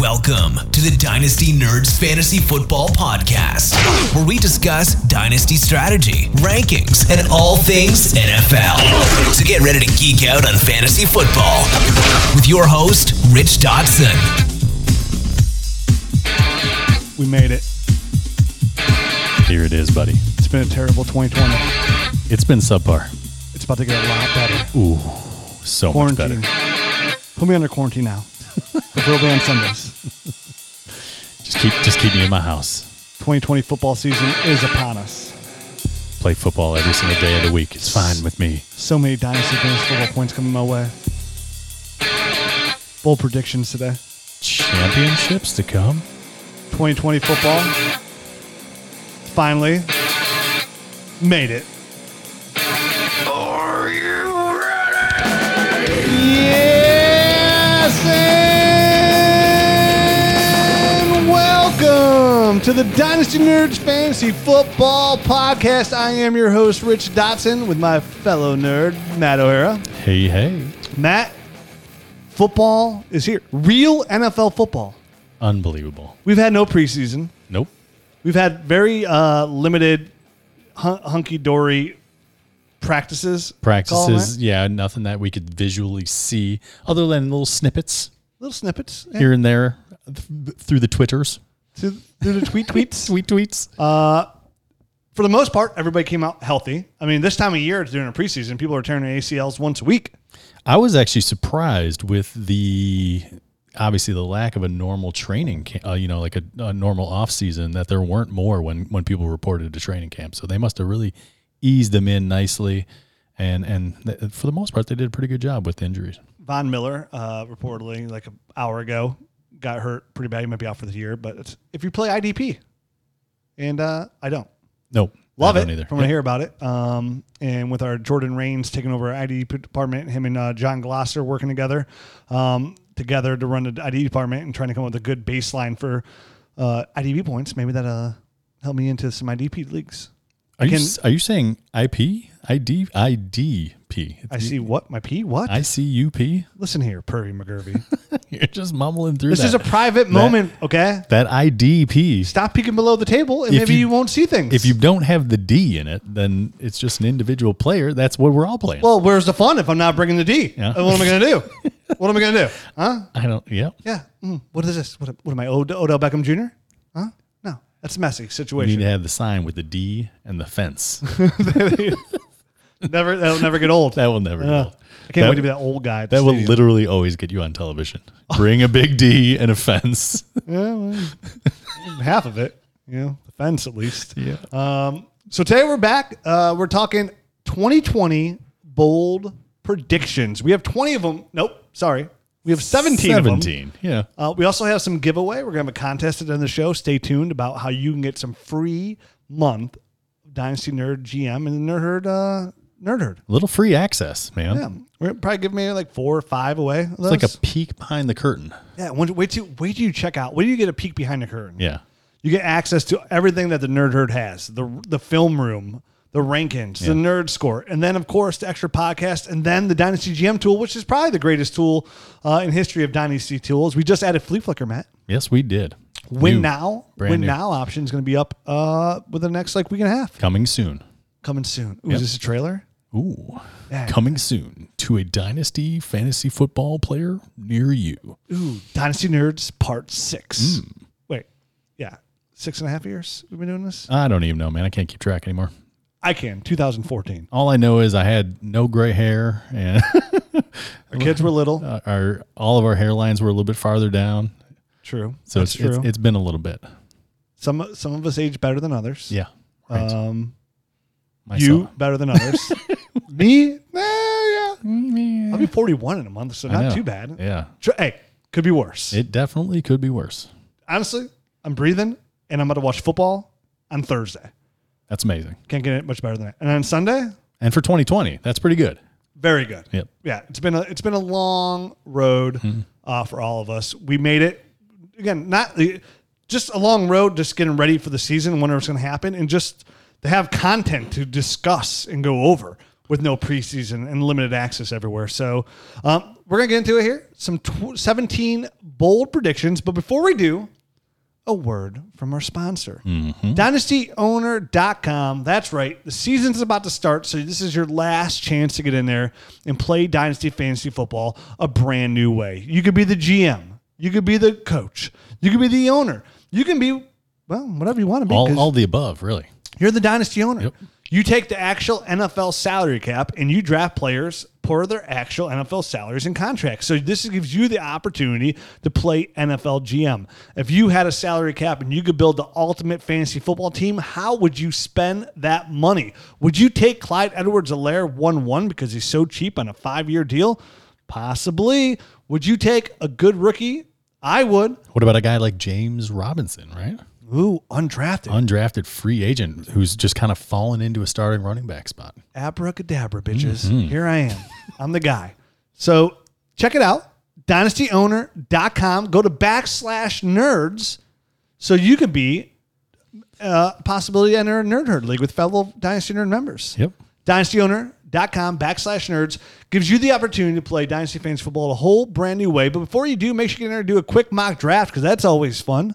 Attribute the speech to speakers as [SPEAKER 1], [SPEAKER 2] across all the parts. [SPEAKER 1] Welcome to the Dynasty Nerds Fantasy Football Podcast, where we discuss dynasty strategy, rankings, and all things NFL. So get ready to geek out on fantasy football with your host, Rich Dotson.
[SPEAKER 2] We made it.
[SPEAKER 3] Here it is, buddy.
[SPEAKER 2] It's been a terrible 2020.
[SPEAKER 3] It's been subpar.
[SPEAKER 2] It's about to get a lot better.
[SPEAKER 3] So
[SPEAKER 2] quarantine.
[SPEAKER 3] much better.
[SPEAKER 2] Put me under quarantine now. The real band Sundays.
[SPEAKER 3] Just keep just keep me in my house.
[SPEAKER 2] 2020 football season is upon us.
[SPEAKER 3] Play football every single day of the week. It's fine with me.
[SPEAKER 2] So many dynasty fantasy football points coming my way. Bold predictions today.
[SPEAKER 3] Championships to come?
[SPEAKER 2] 2020 football finally made it. Are you ready? Yes, and welcome to the Dynasty Nerds Fantasy Football Podcast. I am your host, Rich Dotson, with my fellow nerd, Matt O'Hara.
[SPEAKER 3] Hey, hey.
[SPEAKER 2] Matt, football is here. Real NFL football.
[SPEAKER 3] Unbelievable.
[SPEAKER 2] We've had no preseason.
[SPEAKER 3] Nope.
[SPEAKER 2] We've had very uh, limited hun- hunky dory practices. Call 'em
[SPEAKER 3] Practices,
[SPEAKER 2] that.
[SPEAKER 3] yeah, nothing that we could visually see other than little snippets
[SPEAKER 2] little snippets yeah.
[SPEAKER 3] here and there th- through the Twitters.
[SPEAKER 2] through, through the tweet tweets.
[SPEAKER 3] Sweet tweets.
[SPEAKER 2] For the most part, everybody came out healthy. I mean, this time of year during a preseason, people are tearing their ACLs once a week.
[SPEAKER 3] I was actually surprised with the obviously the lack of a normal training, ca- uh, you know, like a, a normal off season that there weren't more when when people reported to training camp. So they must have really eased them in nicely, and and th- for the most part they did a pretty good job with injuries.
[SPEAKER 2] Von Miller, uh, reportedly like an hour ago, got hurt pretty bad. He might be out for the year. But it's, if you play IDP, and uh, I don't.
[SPEAKER 3] Nope,
[SPEAKER 2] Love
[SPEAKER 3] I
[SPEAKER 2] it
[SPEAKER 3] don't either.
[SPEAKER 2] from what I hear about it. Um, and with our Jordan Rains taking over our ID department, him and uh, John Glosser working together, um, together to run the ID department and trying to come up with a good baseline for uh, IDP points. Maybe that uh help me into some IDP leagues.
[SPEAKER 3] Are you
[SPEAKER 2] Can-
[SPEAKER 3] s- are you saying IP ID IDP?
[SPEAKER 2] I see what my P what.
[SPEAKER 3] ICUP.
[SPEAKER 2] Listen here, Pervy McGurvey.
[SPEAKER 3] You're just mumbling through
[SPEAKER 2] this
[SPEAKER 3] that.
[SPEAKER 2] is a private moment. Okay,
[SPEAKER 3] that IDP.
[SPEAKER 2] stop peeking below the table, and
[SPEAKER 3] If
[SPEAKER 2] maybe you,
[SPEAKER 3] you-
[SPEAKER 2] won't see things.
[SPEAKER 3] If you don't have the D in it, then it's just an individual player. That's what we're all playing.
[SPEAKER 2] well, where's the fun if I'm not bringing the D?
[SPEAKER 3] Yeah.
[SPEAKER 2] What am I gonna do? what am I gonna do? Huh?
[SPEAKER 3] I don't. Yeah.
[SPEAKER 2] Yeah. Mm, what is this? What, what am I, Od- Odell Beckham Jr.? Huh? No, that's a messy
[SPEAKER 3] You need
[SPEAKER 2] situation.
[SPEAKER 3] to have the sign with the D and the fence.
[SPEAKER 2] never, that'll never get old.
[SPEAKER 3] That will never.
[SPEAKER 2] Uh,
[SPEAKER 3] go.
[SPEAKER 2] I can't
[SPEAKER 3] that,
[SPEAKER 2] wait to be that old guy. at the
[SPEAKER 3] That will
[SPEAKER 2] stadium.
[SPEAKER 3] literally always get you on television. Bring a big D and a fence.
[SPEAKER 2] half of it, you know, the fence at least. Yeah. Um, so today we're back. Uh, we're talking 2020 bold predictions. We have 20 of them. Nope, sorry. We have 17. of 'em.
[SPEAKER 3] Seventeen. Yeah.
[SPEAKER 2] Uh, we also have some giveaway. We're gonna have a contest at the end of the show. Stay tuned about how you can get some free month of Dynasty Nerd GM and Nerd Herd, uh, Nerd Herd.
[SPEAKER 3] little free access, man.
[SPEAKER 2] Yeah, we're gonna probably give me like four or five away. of
[SPEAKER 3] It's like a
[SPEAKER 2] those.
[SPEAKER 3] peek behind the curtain.
[SPEAKER 2] yeah. When, wait till wait till you check out. Wait till you get a peek behind the curtain.
[SPEAKER 3] Yeah.
[SPEAKER 2] You get access to everything that the Nerd Herd has the the film room, the rankings, the Nerd Score, and then of course the extra podcast, and then the Dynasty GM tool, which is probably the greatest tool uh, in history of Dynasty tools. We just added Flea Flicker, Matt.
[SPEAKER 3] Yes, we did.
[SPEAKER 2] Win
[SPEAKER 3] New.
[SPEAKER 2] now,
[SPEAKER 3] Brand
[SPEAKER 2] win
[SPEAKER 3] new.
[SPEAKER 2] now option is going to be up uh, within the next like week and a half.
[SPEAKER 3] Coming soon.
[SPEAKER 2] Coming soon. Ooh, Is this a trailer?
[SPEAKER 3] Ooh.
[SPEAKER 2] Yeah.
[SPEAKER 3] Coming soon to a dynasty fantasy football player near you.
[SPEAKER 2] Ooh, Dynasty Nerds Part Six.
[SPEAKER 3] Hmm.
[SPEAKER 2] Wait, yeah, six and a half years we've been doing this.
[SPEAKER 3] I don't even know, man. I can't keep track anymore.
[SPEAKER 2] I can. 2014.
[SPEAKER 3] All I know is I had no gray hair and
[SPEAKER 2] Our kids were little.
[SPEAKER 3] our all of our hairlines were a little bit farther down.
[SPEAKER 2] true.
[SPEAKER 3] So
[SPEAKER 2] That's
[SPEAKER 3] it's, it's it's been a little bit.
[SPEAKER 2] some some of us age better than others.
[SPEAKER 3] Yeah. Right.
[SPEAKER 2] Um,
[SPEAKER 3] Myself.
[SPEAKER 2] you better than others. Me, nah, yeah. I'll be 41 in a month, so
[SPEAKER 3] I
[SPEAKER 2] not
[SPEAKER 3] know.
[SPEAKER 2] too bad.
[SPEAKER 3] Yeah.
[SPEAKER 2] Tr- Hey, could be worse.
[SPEAKER 3] It definitely could be worse.
[SPEAKER 2] Honestly, I'm breathing, and I'm about to watch football on Thursday.
[SPEAKER 3] That's amazing.
[SPEAKER 2] Can't get it much better than that. And on Sunday,
[SPEAKER 3] And for 2020, that's pretty good.
[SPEAKER 2] very good.
[SPEAKER 3] Yep.
[SPEAKER 2] Yeah, it's been a it's been a long road uh, for all of us. We made it again, not the- just a long road, just getting ready for the season, wondering what's going to happen, and just to have content to discuss and go over. with no preseason and limited access everywhere. So um, we're gonna get into it here. Some tw- 17 bold predictions, but before we do, a word from our sponsor,
[SPEAKER 3] Mm-hmm.
[SPEAKER 2] dynastyowner.com. That's right. The season's about to start, so this is your last chance to get in there and play dynasty fantasy football a brand new way. You could be the GM, you could be the coach, you could be the owner, you can be well, whatever you want to be.
[SPEAKER 3] All,
[SPEAKER 2] 'cause-
[SPEAKER 3] all the above, really.
[SPEAKER 2] you're the dynasty owner.
[SPEAKER 3] Yep.
[SPEAKER 2] You take the actual NFL salary cap and you draft players per their actual NFL salaries and contracts. So this gives you the opportunity to play NFL GM. If you had a salary cap and you could build the ultimate fantasy football team, how would you spend that money? Would you take Clyde Edwards Alaire 1 1 because he's so cheap on a five year deal? Possibly. Would you take a good rookie? I would.
[SPEAKER 3] What about a guy like James Robinson, right?
[SPEAKER 2] Ooh, undrafted.
[SPEAKER 3] Undrafted free agent who's just kind of fallen into a starting running back spot.
[SPEAKER 2] abracadabra, bitches. Here I am. I'm the guy. So check it out. DynastyOwner.com. Go to backslash nerds so you could be uh, possibly enter a nerd herd league with fellow Dynasty Nerd members.
[SPEAKER 3] Yep.
[SPEAKER 2] DynastyOwner.com backslash nerds gives you the opportunity to play Dynasty Fantasy Football a whole brand new way. But before you do, make sure you get in there and do a quick mock draft because that's always fun.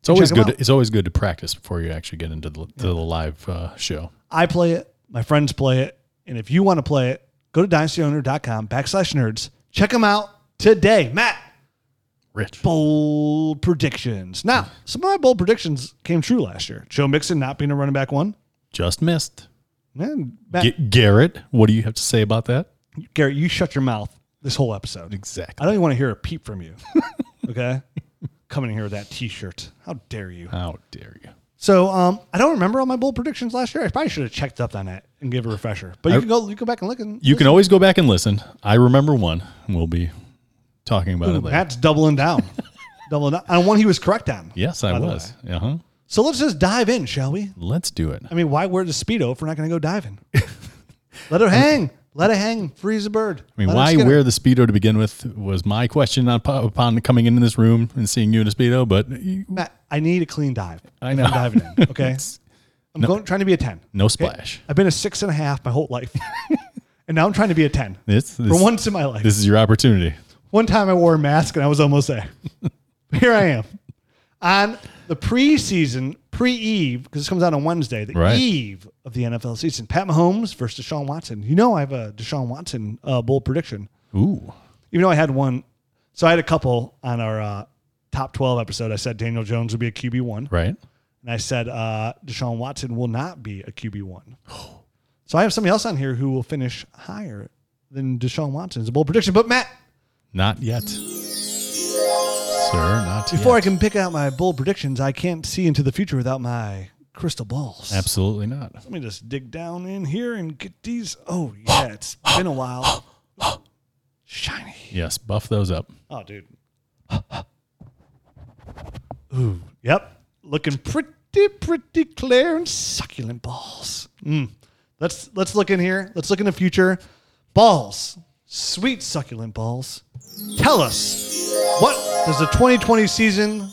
[SPEAKER 3] It's always
[SPEAKER 2] Check 'em
[SPEAKER 3] good.
[SPEAKER 2] out.
[SPEAKER 3] it's always good to practice before you actually get into the, to the live uh, show.
[SPEAKER 2] I play it, my friends play it, and if you want to play it, go to dynastyowner.com backslash nerds. Check them out today. Matt,
[SPEAKER 3] Rich.
[SPEAKER 2] bold predictions. Now, some of my bold predictions came true last year. Joe Mixon not being a running back one.
[SPEAKER 3] Just missed.
[SPEAKER 2] Man, Matt,
[SPEAKER 3] G- Garrett, what do you have to say about that?
[SPEAKER 2] Garrett, you shut your mouth this whole episode. I
[SPEAKER 3] Exactly.
[SPEAKER 2] don't even want to hear a peep from you. Okay? Coming in here with that t shirt. How dare you?
[SPEAKER 3] How dare you?
[SPEAKER 2] So um, I don't remember all my bold predictions last year. I probably should have checked up on that and give a refresher. But you
[SPEAKER 3] I-
[SPEAKER 2] can go you can go back and look and
[SPEAKER 3] You can always go back and listen. I remember one. We'll be talking about it later.
[SPEAKER 2] Matt's doubling down. doubling down. On one he was correct on.
[SPEAKER 3] yes, I
[SPEAKER 2] by the
[SPEAKER 3] was.
[SPEAKER 2] way.
[SPEAKER 3] Uh huh.
[SPEAKER 2] So let's just dive in, shall we?
[SPEAKER 3] Let's do it.
[SPEAKER 2] I mean, why wear the Speedo if we're not going to go diving? Let it hang. Let it hang. Freeze a bird.
[SPEAKER 3] I mean,
[SPEAKER 2] Let it
[SPEAKER 3] why
[SPEAKER 2] skin
[SPEAKER 3] wear
[SPEAKER 2] it.
[SPEAKER 3] the speedo to begin with was my question up- upon coming into this room and seeing you in a speedo. But you-
[SPEAKER 2] Matt, I need a clean dive.
[SPEAKER 3] I
[SPEAKER 2] if
[SPEAKER 3] know.
[SPEAKER 2] I'm diving in. Okay. I'm going, trying to be a 10.
[SPEAKER 3] no splash.
[SPEAKER 2] I've been a six and a half my whole life. and now I'm trying to be a 10.
[SPEAKER 3] This, this,
[SPEAKER 2] For once in my life.
[SPEAKER 3] this is your opportunity.
[SPEAKER 2] One time I wore a mask and I was almost there. Here I am. On the preseason, pre Eve, because this comes out on Wednesday, the
[SPEAKER 3] Right.
[SPEAKER 2] eve of the NFL season, Pat Mahomes versus Deshaun Watson. You know, I have a Deshaun Watson uh, bold prediction,
[SPEAKER 3] Ooh,
[SPEAKER 2] even though I had one. So I had a couple on our uh, top 12 episode. I said Daniel Jones would be a QB1,
[SPEAKER 3] right?
[SPEAKER 2] and I said uh, Deshaun Watson will not be a QB1. So I have somebody else on here who will finish higher than Deshaun Watson. It's a bold prediction. But Matt,
[SPEAKER 3] Not yet, sir. Not
[SPEAKER 2] Before
[SPEAKER 3] yet.
[SPEAKER 2] I can pick out my bold predictions, I can't see into the future without my crystal balls.
[SPEAKER 3] Absolutely not.
[SPEAKER 2] Let me just dig down in here and get these. Oh, yeah, it's been a while. Shiny.
[SPEAKER 3] Yes, buff those up.
[SPEAKER 2] Oh, dude. Ooh, yep. Looking pretty, pretty clear and succulent balls. Mm. Let's let's look in here. Let's look in the future. Balls, sweet succulent balls. Tell us what does the 2020 season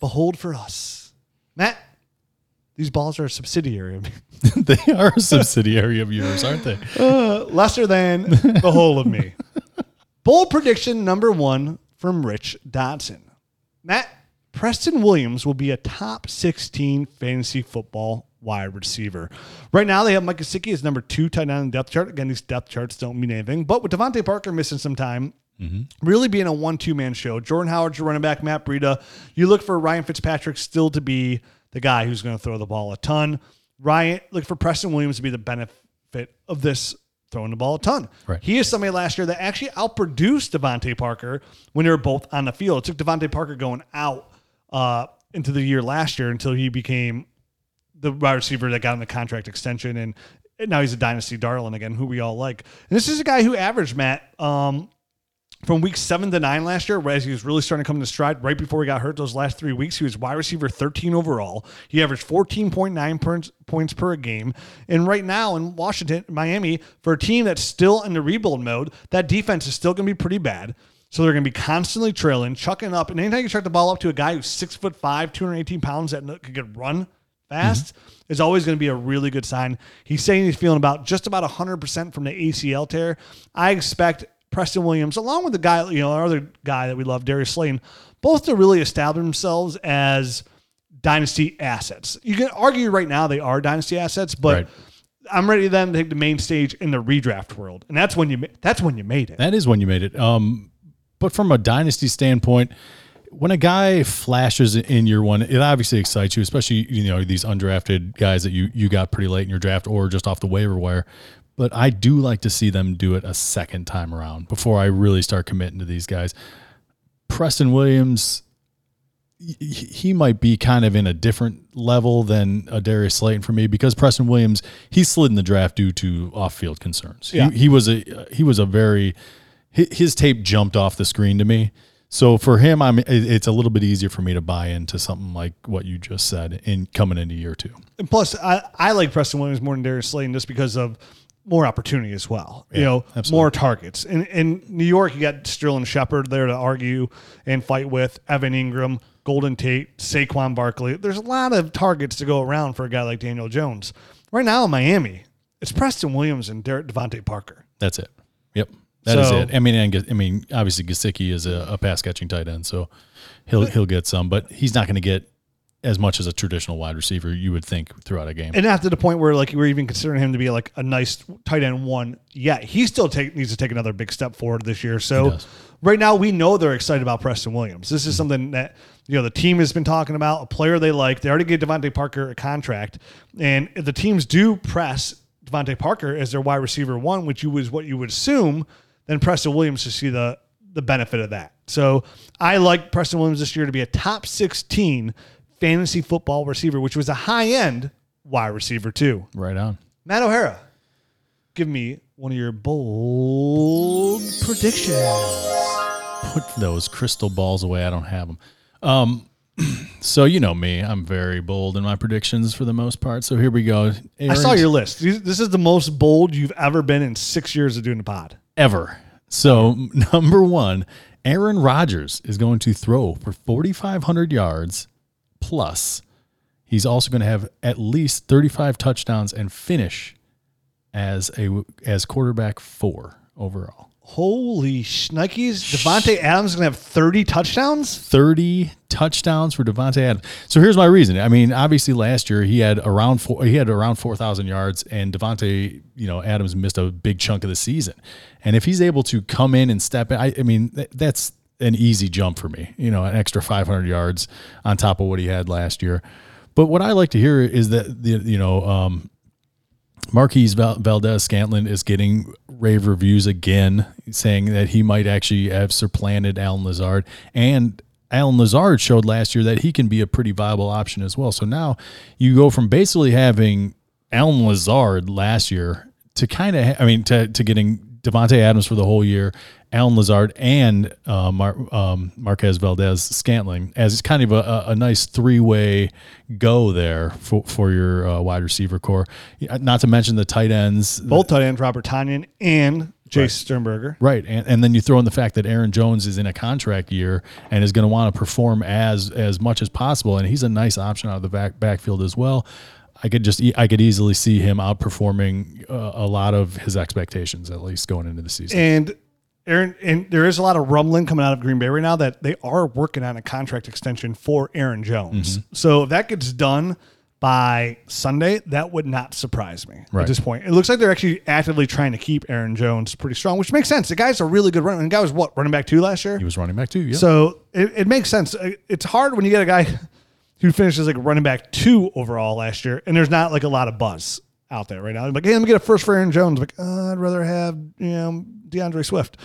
[SPEAKER 2] behold for us, Matt? These balls are a subsidiary of me.
[SPEAKER 3] they are a subsidiary of yours, aren't they?
[SPEAKER 2] lesser than the whole of me. Bold prediction number one from Rich Dodson. Matt, Preston Williams will be a top 16 fantasy football wide receiver. Right now, they have Mike Kosicki as number two tight end on the depth chart. Again, these depth charts don't mean anything, but with Devontae Parker missing some time, really being a one two man show, Jordan Howard's your running back, Matt Breida, you look for Ryan Fitzpatrick still to be the guy who's going to throw the ball a ton. Ryan, look for Preston Williams to be the benefit of this throwing the ball a ton.
[SPEAKER 3] Right.
[SPEAKER 2] He is somebody last year that actually outproduced Devontae Parker when they were both on the field. It took Devontae Parker going out uh, into the year last year until he became the wide receiver that got him the contract extension and and now he's a dynasty darling again, who we all like. And this is a guy who averaged Matt um, from week seven to nine last year, whereas he was really starting to come to stride right before he got hurt those last three weeks. He was wide receiver 13 overall. He averaged 14.9 points- points per game. And right now in Washington, Miami, for a team that's still in the rebuild mode, that defense is still going to be pretty bad. So they're going to be constantly trailing, chucking up. And anytime you chuck the ball up to a guy who's six foot five, 218 pounds that could get run, fast is always going to be a really good sign. He's saying he's feeling about just about 100% from the ACL tear. I expect Preston Williams, along with the guy, you know, our other guy that we love, Darius Slayton, both to really establish themselves as dynasty assets. You can argue right now they are dynasty assets, but.
[SPEAKER 3] Right.
[SPEAKER 2] I'm ready then to take the main stage in the redraft world, and that's when you ma- that's when you made it.
[SPEAKER 3] That is when you made it. Um, but from a dynasty standpoint, when a guy flashes in year one, it obviously excites you, especially you know these undrafted guys that you you got pretty late in your draft or just off the waiver wire. But I do like to see them do it a second time around before I really start committing to these guys. Preston Williams, he- he might be kind of in a different level than a Darius Slayton for me because Preston Williams he slid in the draft due to off-field concerns.
[SPEAKER 2] Yeah.
[SPEAKER 3] He, he was a he was a very hi- his tape jumped off the screen to me. So for him, I'm it- it's a little bit easier for me to buy into something like what you just said in coming into year two.
[SPEAKER 2] And plus, I, I like Preston Williams more than Darius Slayton just because of more opportunity as well. you know, more targets. In in New York, you got Sterling Shepard there to argue and fight with Evan Ingram, Golden Tate, Saquon Barkley. There's a lot of targets to go around for a guy like Daniel Jones. Right now in Miami, it's Preston Williams and Der- Devontae Parker.
[SPEAKER 3] That's it. Yep. that is
[SPEAKER 2] So-
[SPEAKER 3] it. I mean, and, Gas- I mean, obviously Gasicki is a, a pass catching tight end, so he'll he'll get some, but he's not going to get as much as a traditional wide receiver you would think throughout a game.
[SPEAKER 2] And not to the point where like we're even considering him to be like a nice tight end one yet. He still take, needs to take another big step forward this year. So
[SPEAKER 3] does.
[SPEAKER 2] right now we know they're excited about Preston Williams. This is something that you know the team has been talking about, a player they like. They already gave Devontae Parker a contract, and if the teams do press Devontae Parker as their wide receiver one, which you is what you would assume, then Preston Williams to see the the benefit of that. So I like Preston Williams this year to be a top 16 fantasy football receiver, which was a high end wide receiver too.
[SPEAKER 3] right on.
[SPEAKER 2] Matt O'Hara, give me one of your bold predictions.
[SPEAKER 3] Put those crystal balls away. I don't have them. Um, so you know me, I'm very bold in my predictions for the most part. So here we go.
[SPEAKER 2] I saw
[SPEAKER 3] Aaron-
[SPEAKER 2] your list. These- This is the most bold you've ever been in six years of doing the pod.
[SPEAKER 3] ever. So number one, Aaron Rodgers is going to throw for 4,500 yards plus. He's also going to have at least 35 touchdowns and finish as a as quarterback four overall.
[SPEAKER 2] Holy shnikes. Devontae Adams is going to have 30 touchdowns?
[SPEAKER 3] 30 touchdowns for Devontae Adams. So here's my reason. I mean, obviously last year he had around four, he had around 4,000 yards and Devontae, you know, Adams missed a big chunk of the season. And if he's able to come in and step in, I, I mean, th- that's an easy jump for me, you know, an extra 500 yards on top of what he had last year. But what I like to hear is that the, you know, um, Marquise Val- Valdez Scantlin is getting rave reviews again, saying that he might actually have supplanted Alan Lazard. And Alan Lazard showed last year that he can be a pretty viable option as well. So now you go from basically having Alan Lazard last year to kind of, I mean, to, to getting Devontae Adams for the whole year, Alan Lazard, and uh, Mar- um, Marquez Valdez Scantling as kind of a, a, a nice three way go there for, for your uh, wide receiver core. Yeah, Not to mention the tight ends.
[SPEAKER 2] Both tight ends, Robert Tanyan and Jace Sternberger.
[SPEAKER 3] Right, and, and then you throw in the fact that Aaron Jones is in a contract year and is going to want to perform as as much as possible, and he's a nice option out of the back backfield as well. I could just e- I could easily see him outperforming uh, a lot of his expectations at least going into the season.
[SPEAKER 2] And Aaron, and there is a lot of rumbling coming out of Green Bay right now that they are working on a contract extension for Aaron Jones. So if that gets done by Sunday, that would not surprise me
[SPEAKER 3] Right.
[SPEAKER 2] at this point. It looks like they're actually actively trying to keep Aaron Jones pretty strong, which makes sense. The guy's a really good runner. And the guy was what running back two last year.
[SPEAKER 3] He was running back too. Yeah.
[SPEAKER 2] So it, it makes sense. Uh, It's hard when you get a guy who finishes like running back two overall last year, and there's not like a lot of buzz out there right now. Like, hey, let me get a first for Aaron Jones. Like, uh, I'd rather have you know DeAndre Swift.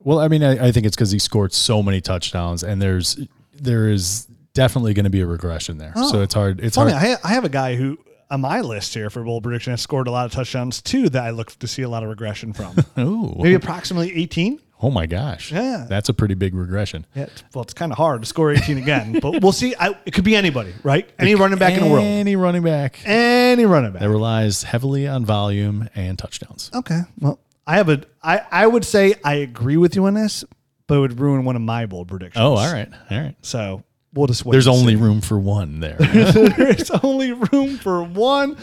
[SPEAKER 3] Well, I mean, I, I think it's because he scored so many touchdowns, and there's there is definitely going to be a regression there. so it's hard. It's
[SPEAKER 2] Oh. Funny,
[SPEAKER 3] hard.
[SPEAKER 2] I, ha- I have a guy who on my list here for bold prediction has scored a lot of touchdowns too that I look to see a lot of regression from.
[SPEAKER 3] Ooh.
[SPEAKER 2] Maybe approximately 18.
[SPEAKER 3] oh my gosh.
[SPEAKER 2] Yeah.
[SPEAKER 3] That's a pretty big regression.
[SPEAKER 2] Yeah, it's- well, it's kind of hard to score 18 again, but we'll see. I, it could be anybody, right? Any running back in the world.
[SPEAKER 3] Any running back
[SPEAKER 2] Any running back.
[SPEAKER 3] that relies heavily on volume and touchdowns.
[SPEAKER 2] Okay. Well, I have a. I I would say I agree with you on this, but it would ruin one of my bold predictions.
[SPEAKER 3] Oh, all right, all right.
[SPEAKER 2] So we'll just wait.
[SPEAKER 3] Oh, There's
[SPEAKER 2] and see.
[SPEAKER 3] only room for one there.
[SPEAKER 2] There's only room for one.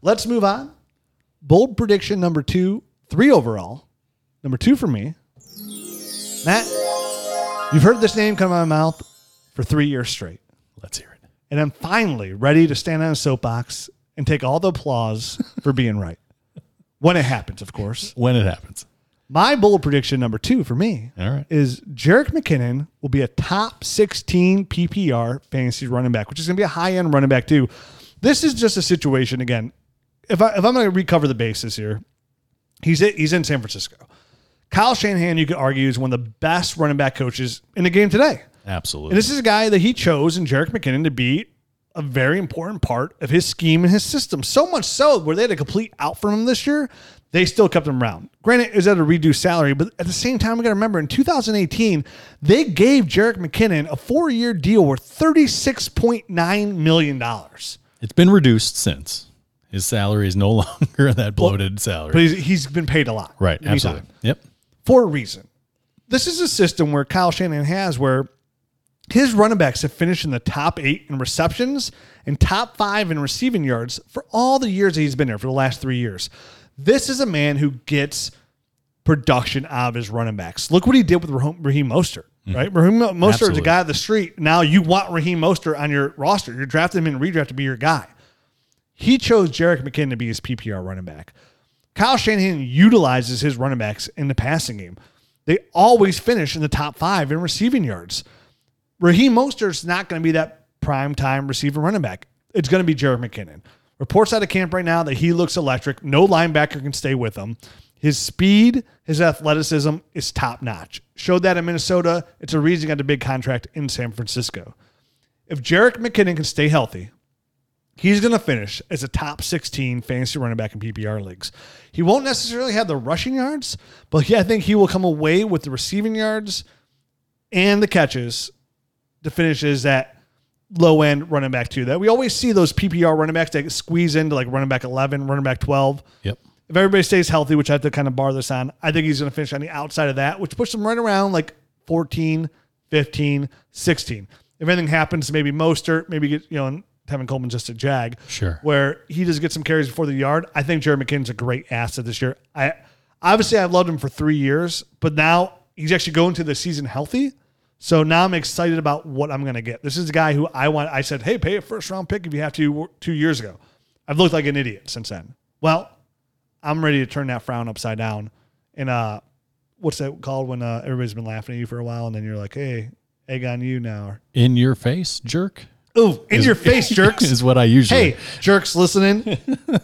[SPEAKER 2] Let's move on. Bold prediction number two, three overall. Number two for me. Matt, you've heard this name come out of my mouth for three years straight.
[SPEAKER 3] Let's hear it.
[SPEAKER 2] And I'm finally ready to stand on a soapbox and take all the applause for being right. When it happens, of course.
[SPEAKER 3] When it happens.
[SPEAKER 2] My bold prediction number two for me
[SPEAKER 3] All right.
[SPEAKER 2] is Jarek McKinnon will be a top 16 PPR fantasy running back, which is going to be a high end running back too. This is just a situation again. If I if I'm going to recover the bases here, he's at, he's in San Francisco. Kyle Shanahan, you could argue, is one of the best running back coaches in the game today.
[SPEAKER 3] Absolutely.
[SPEAKER 2] And this is a guy that he chose and Jarek McKinnon to be a very important part of his scheme and his system. So much so where they had a complete out from him this year, they still kept him around. Granted, it was at a reduced salary, but at the same time, we got to remember in 2018, they gave Jarek McKinnon a four year deal worth $36.9 million. But
[SPEAKER 3] it's been reduced since. His salary is no longer that bloated salary.
[SPEAKER 2] he's, he's been paid a lot.
[SPEAKER 3] right.
[SPEAKER 2] Anytime.
[SPEAKER 3] Absolutely. Yep.
[SPEAKER 2] for a reason. This is a system where Kyle Shannon has where his running backs have finished in the top eight in receptions and top five in receiving yards for all the years that he's been there for the last three years. This is a man who gets production out of his running backs. Look what he did with Raheem Raheem Mostert, right? Raheem Mo- Mostert is a
[SPEAKER 3] Absolutely.
[SPEAKER 2] guy of the street. Now you want Raheem Mostert on your roster. You're drafting him in redraft to be your guy. He chose Jarek McKinnon to be his PPR running back. Kyle Shanahan utilizes his running backs in the passing game. They always finish in the top five in receiving yards. Raheem Mostert's not going to be that prime time receiver running back. It's going to be Jared McKinnon. Reports out of camp right now that he looks electric. No linebacker can stay with him. His speed, his athleticism is top notch. Showed that in Minnesota. It's a reason he got a big contract in San Francisco. If Jarek McKinnon can stay healthy, he's going to finish as a top 16 fantasy running back in PPR leagues. He won't necessarily have the rushing yards, but yeah, I think he will come away with the receiving yards and the catches to finish as that low end running back too. That we always see those PPR running backs that squeeze into like running back 11, running back 12.
[SPEAKER 3] Yep.
[SPEAKER 2] If everybody stays healthy, which I have to kind of bar this on, I think he's going to finish on the outside of that, which puts him right around like 14, 15, 16. If anything happens, maybe Mostert, maybe get, you know, and Tevin Coleman's just a jag.
[SPEAKER 3] Sure.
[SPEAKER 2] Where he does get some carries before the yard. I think Jared McKinnon's a great asset this year. I obviously I've loved him for three years, but now he's actually going to the season healthy. So now I'm excited about what I'm going to get. This is a guy who I want. I said, hey, pay a first round pick if you have to two years ago. I've looked like an idiot since then. Well, I'm ready to turn that frown upside down. And uh, what's that called when uh, everybody's been laughing at you for a while and then you're like, hey, egg on you now.
[SPEAKER 3] In your face, jerk.
[SPEAKER 2] Ooh, in
[SPEAKER 3] is-
[SPEAKER 2] your face, jerks.
[SPEAKER 3] Is what I usually.
[SPEAKER 2] hey, jerks listening,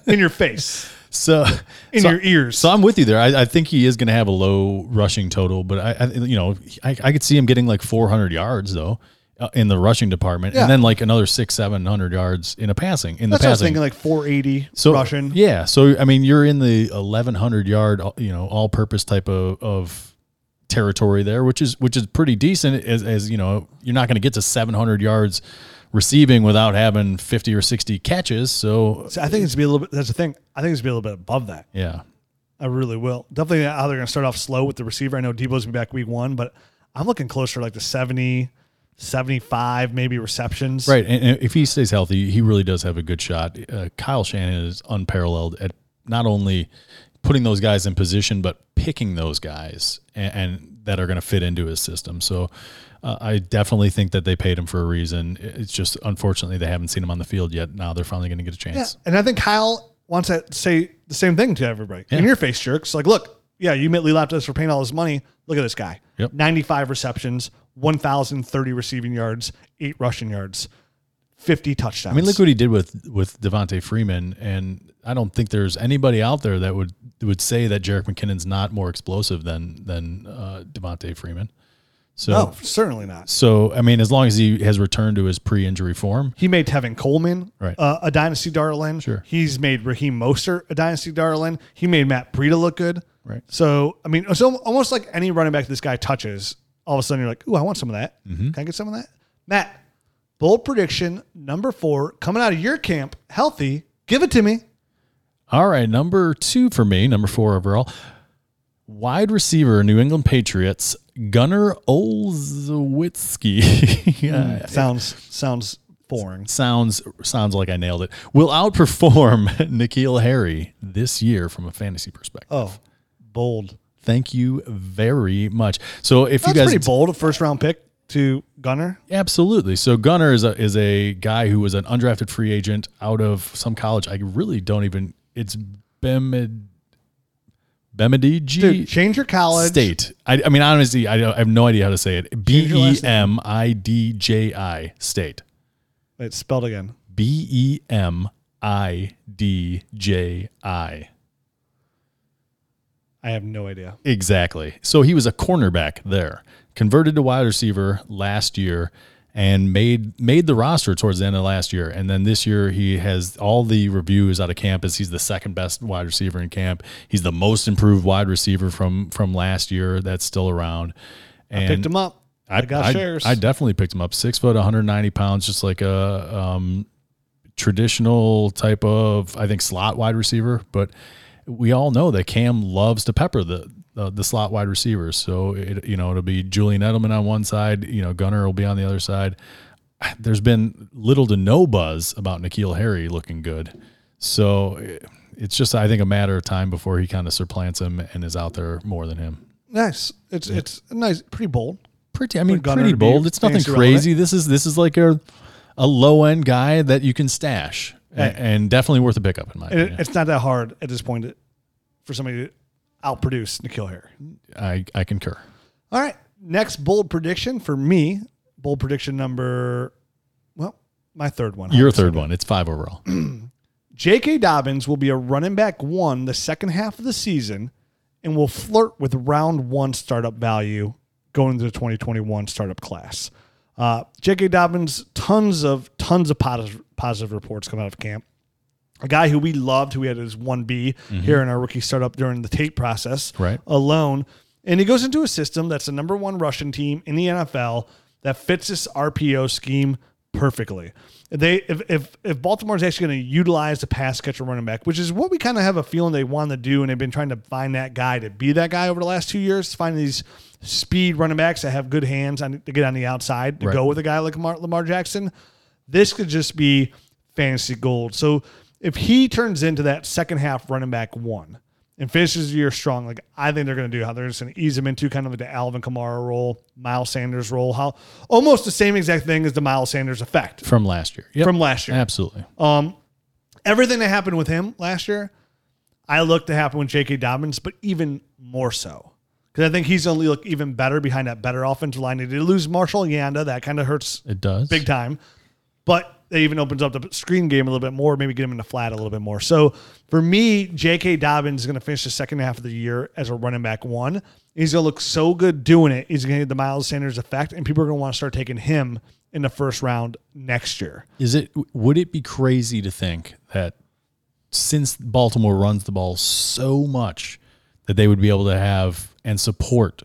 [SPEAKER 2] in your face,
[SPEAKER 3] So
[SPEAKER 2] in
[SPEAKER 3] so-
[SPEAKER 2] your ears.
[SPEAKER 3] So I'm with you there. I, I think he is going to have a low rushing total, but I, I you know, I, I could see him getting like 400 yards though uh, in the rushing department,
[SPEAKER 2] Yeah.
[SPEAKER 3] and then like another six, seven hundred yards in a passing in the
[SPEAKER 2] That's what I was
[SPEAKER 3] passing.
[SPEAKER 2] thinking, like 480
[SPEAKER 3] so
[SPEAKER 2] Russian.
[SPEAKER 3] yeah. So I mean, you're in the 1100 yard, uh, you know, all-purpose type of of territory there, which is which is pretty decent. As as you know, you're not going to get to 700 yards receiving without having 50 or 60 catches. So
[SPEAKER 2] So I think it's gonna be a little bit. That's the thing. I think it's gonna be a little bit above that.
[SPEAKER 3] yeah,
[SPEAKER 2] I really will. Definitely how they're gonna start off slow with the receiver. I know Debo's gonna be back week one, but I'm looking closer to like the 70, 75 maybe receptions.
[SPEAKER 3] Right, and, and if he stays healthy, he really does have a good shot. Uh, Kyle Shannon is unparalleled at not only putting those guys in position, but picking those guys and, and that are going to fit into his system. So, uh, I definitely think that they paid him for a reason. It's just unfortunately they haven't seen him on the field yet. Now they're finally going to get a
[SPEAKER 2] Yeah,
[SPEAKER 3] chance.
[SPEAKER 2] and I think Kyle wants to say the same thing to everybody. In your face, jerks. Like, look, yeah, you admit Lee Laptis for paying all this money. Look at this guy.
[SPEAKER 3] Yep.
[SPEAKER 2] 95 receptions, 1,030 receiving yards, eight rushing yards, 50 touchdowns.
[SPEAKER 3] I mean, look what he did with with Devontae Freeman, and I don't think there's anybody out there that would would say that Jarek McKinnon's not more explosive than than uh, Devontae Freeman. So
[SPEAKER 2] No, Oh, certainly not.
[SPEAKER 3] So I mean, as long as he has returned to his pre-injury form,
[SPEAKER 2] He made Tevin Coleman
[SPEAKER 3] Right.
[SPEAKER 2] uh, a dynasty darling.
[SPEAKER 3] Sure.
[SPEAKER 2] He's made Raheem Mostert a dynasty darling. He made Matt Breida look good.
[SPEAKER 3] Right.
[SPEAKER 2] So, I mean, it's al- almost like any running back this guy touches, all of a sudden you're like, ooh, I want some of that.
[SPEAKER 3] Mm-hmm.
[SPEAKER 2] Can I get some of that? Matt, bold prediction number four coming out of your camp, healthy. Give it to me.
[SPEAKER 3] all right. Number two for me, number four overall, wide receiver, New England Patriots, Gunnar Olzewitsky. Uh, Yeah,
[SPEAKER 2] Mm, Sounds sounds foreign.
[SPEAKER 3] sounds sounds like I nailed it. Will outperform Nikhil Harry this year from a fantasy perspective.
[SPEAKER 2] Oh, bold.
[SPEAKER 3] Thank you very much. So if
[SPEAKER 2] That's
[SPEAKER 3] you guys
[SPEAKER 2] pretty bold. A first round pick to Gunner.
[SPEAKER 3] Absolutely. So Gunner is a is a guy who was an undrafted free agent out of some college. I really don't even. It's Bemed
[SPEAKER 2] Dude,
[SPEAKER 3] Bemidji
[SPEAKER 2] change your college.
[SPEAKER 3] State. I, I mean, honestly, I, don't- I have no idea how to say it. B
[SPEAKER 2] your
[SPEAKER 3] e
[SPEAKER 2] last
[SPEAKER 3] m i d j i State.
[SPEAKER 2] It's spelled again.
[SPEAKER 3] B e m i d j i.
[SPEAKER 2] I have no idea.
[SPEAKER 3] Exactly. So he was a cornerback there, converted to wide receiver last year, and made made the roster towards the end of last year. And then this year he has all the reviews out of camp is he's the second best wide receiver in camp. He's the most improved wide receiver from from last year that's still around. And
[SPEAKER 2] Picked him up. I, got
[SPEAKER 3] I,
[SPEAKER 2] shares.
[SPEAKER 3] I definitely picked him up. Six foot, 190 pounds, just like a um, traditional type of, I think, slot wide receiver. But we all know that Cam loves to pepper the uh, the slot wide receivers. So it, you know it'll be Julian Edelman on one side. You know Gunner will be on the other side. There's been little to no buzz about Nikhil Harry looking good. So it- it's just I think a matter of time before he kind of supplants him and is out there more than him
[SPEAKER 2] nice. It's it's nice. Pretty bold.
[SPEAKER 3] pretty. I mean,
[SPEAKER 2] Gunner
[SPEAKER 3] pretty
[SPEAKER 2] to be
[SPEAKER 3] bold. It's nothing
[SPEAKER 2] fantasy relevant.
[SPEAKER 3] crazy. This is this is like a a low end guy that you can stash a- and, definitely worth a pickup in my
[SPEAKER 2] And it-
[SPEAKER 3] opinion.
[SPEAKER 2] It's not that hard at this point for somebody to outproduce Nikhil Harry.
[SPEAKER 3] I I concur.
[SPEAKER 2] All right. Next bold prediction for me. Bold prediction number, well, my third one.
[SPEAKER 3] Your third one. It's five overall.
[SPEAKER 2] J.K. Dobbins will be a running back one the second half of the season and will flirt with round one startup value going into the 2021 startup class. Uh, J.K. Dobbins, tons of tons of positive, positive reports come out of camp. A guy who we loved, who we had as 1B here in our rookie startup during the tape process
[SPEAKER 3] Mm-hmm. Right.
[SPEAKER 2] alone. And he goes into a system that's the number one rushing team in the NFL that fits this RPO scheme perfectly. They if if, if Baltimore's actually going to utilize the pass catcher running back, which is what we kind of have a feeling they want to do, and they've been trying to find that guy to be that guy over the last two years, finding these speed running backs that have good hands on, to get on the outside to
[SPEAKER 3] Right.
[SPEAKER 2] go with a guy like Lamar, Lamar Jackson. This could just be fantasy gold. So if he turns into that second half running back one and finishes the year strong, like I think they're going to do, how they're just going to ease him into kind of the Alvin Kamara role, Miles Sanders role, how almost the same exact thing as the Miles Sanders effect
[SPEAKER 3] From last year. Yep.
[SPEAKER 2] from Oh, last year.
[SPEAKER 3] Absolutely.
[SPEAKER 2] Everything that happened with him last year, I look to happen with J.K. Dobbins, but even more so. Because I think he's going to look even better behind that better offensive line. They did lose Marshall Yanda. That kind of hurts
[SPEAKER 3] It does.
[SPEAKER 2] big time. But it even opens up the screen game a little bit more, maybe get him in the flat a little bit more. So for me, J.K. Dobbins is going to finish the second half of the year as a running back one. He's going to look so good doing it. He's going to get the Miles Sanders effect, and people are going to want to start taking him in the first round next year.
[SPEAKER 3] Is it would it be crazy to think that since Baltimore runs the ball so much that they would be able to have and support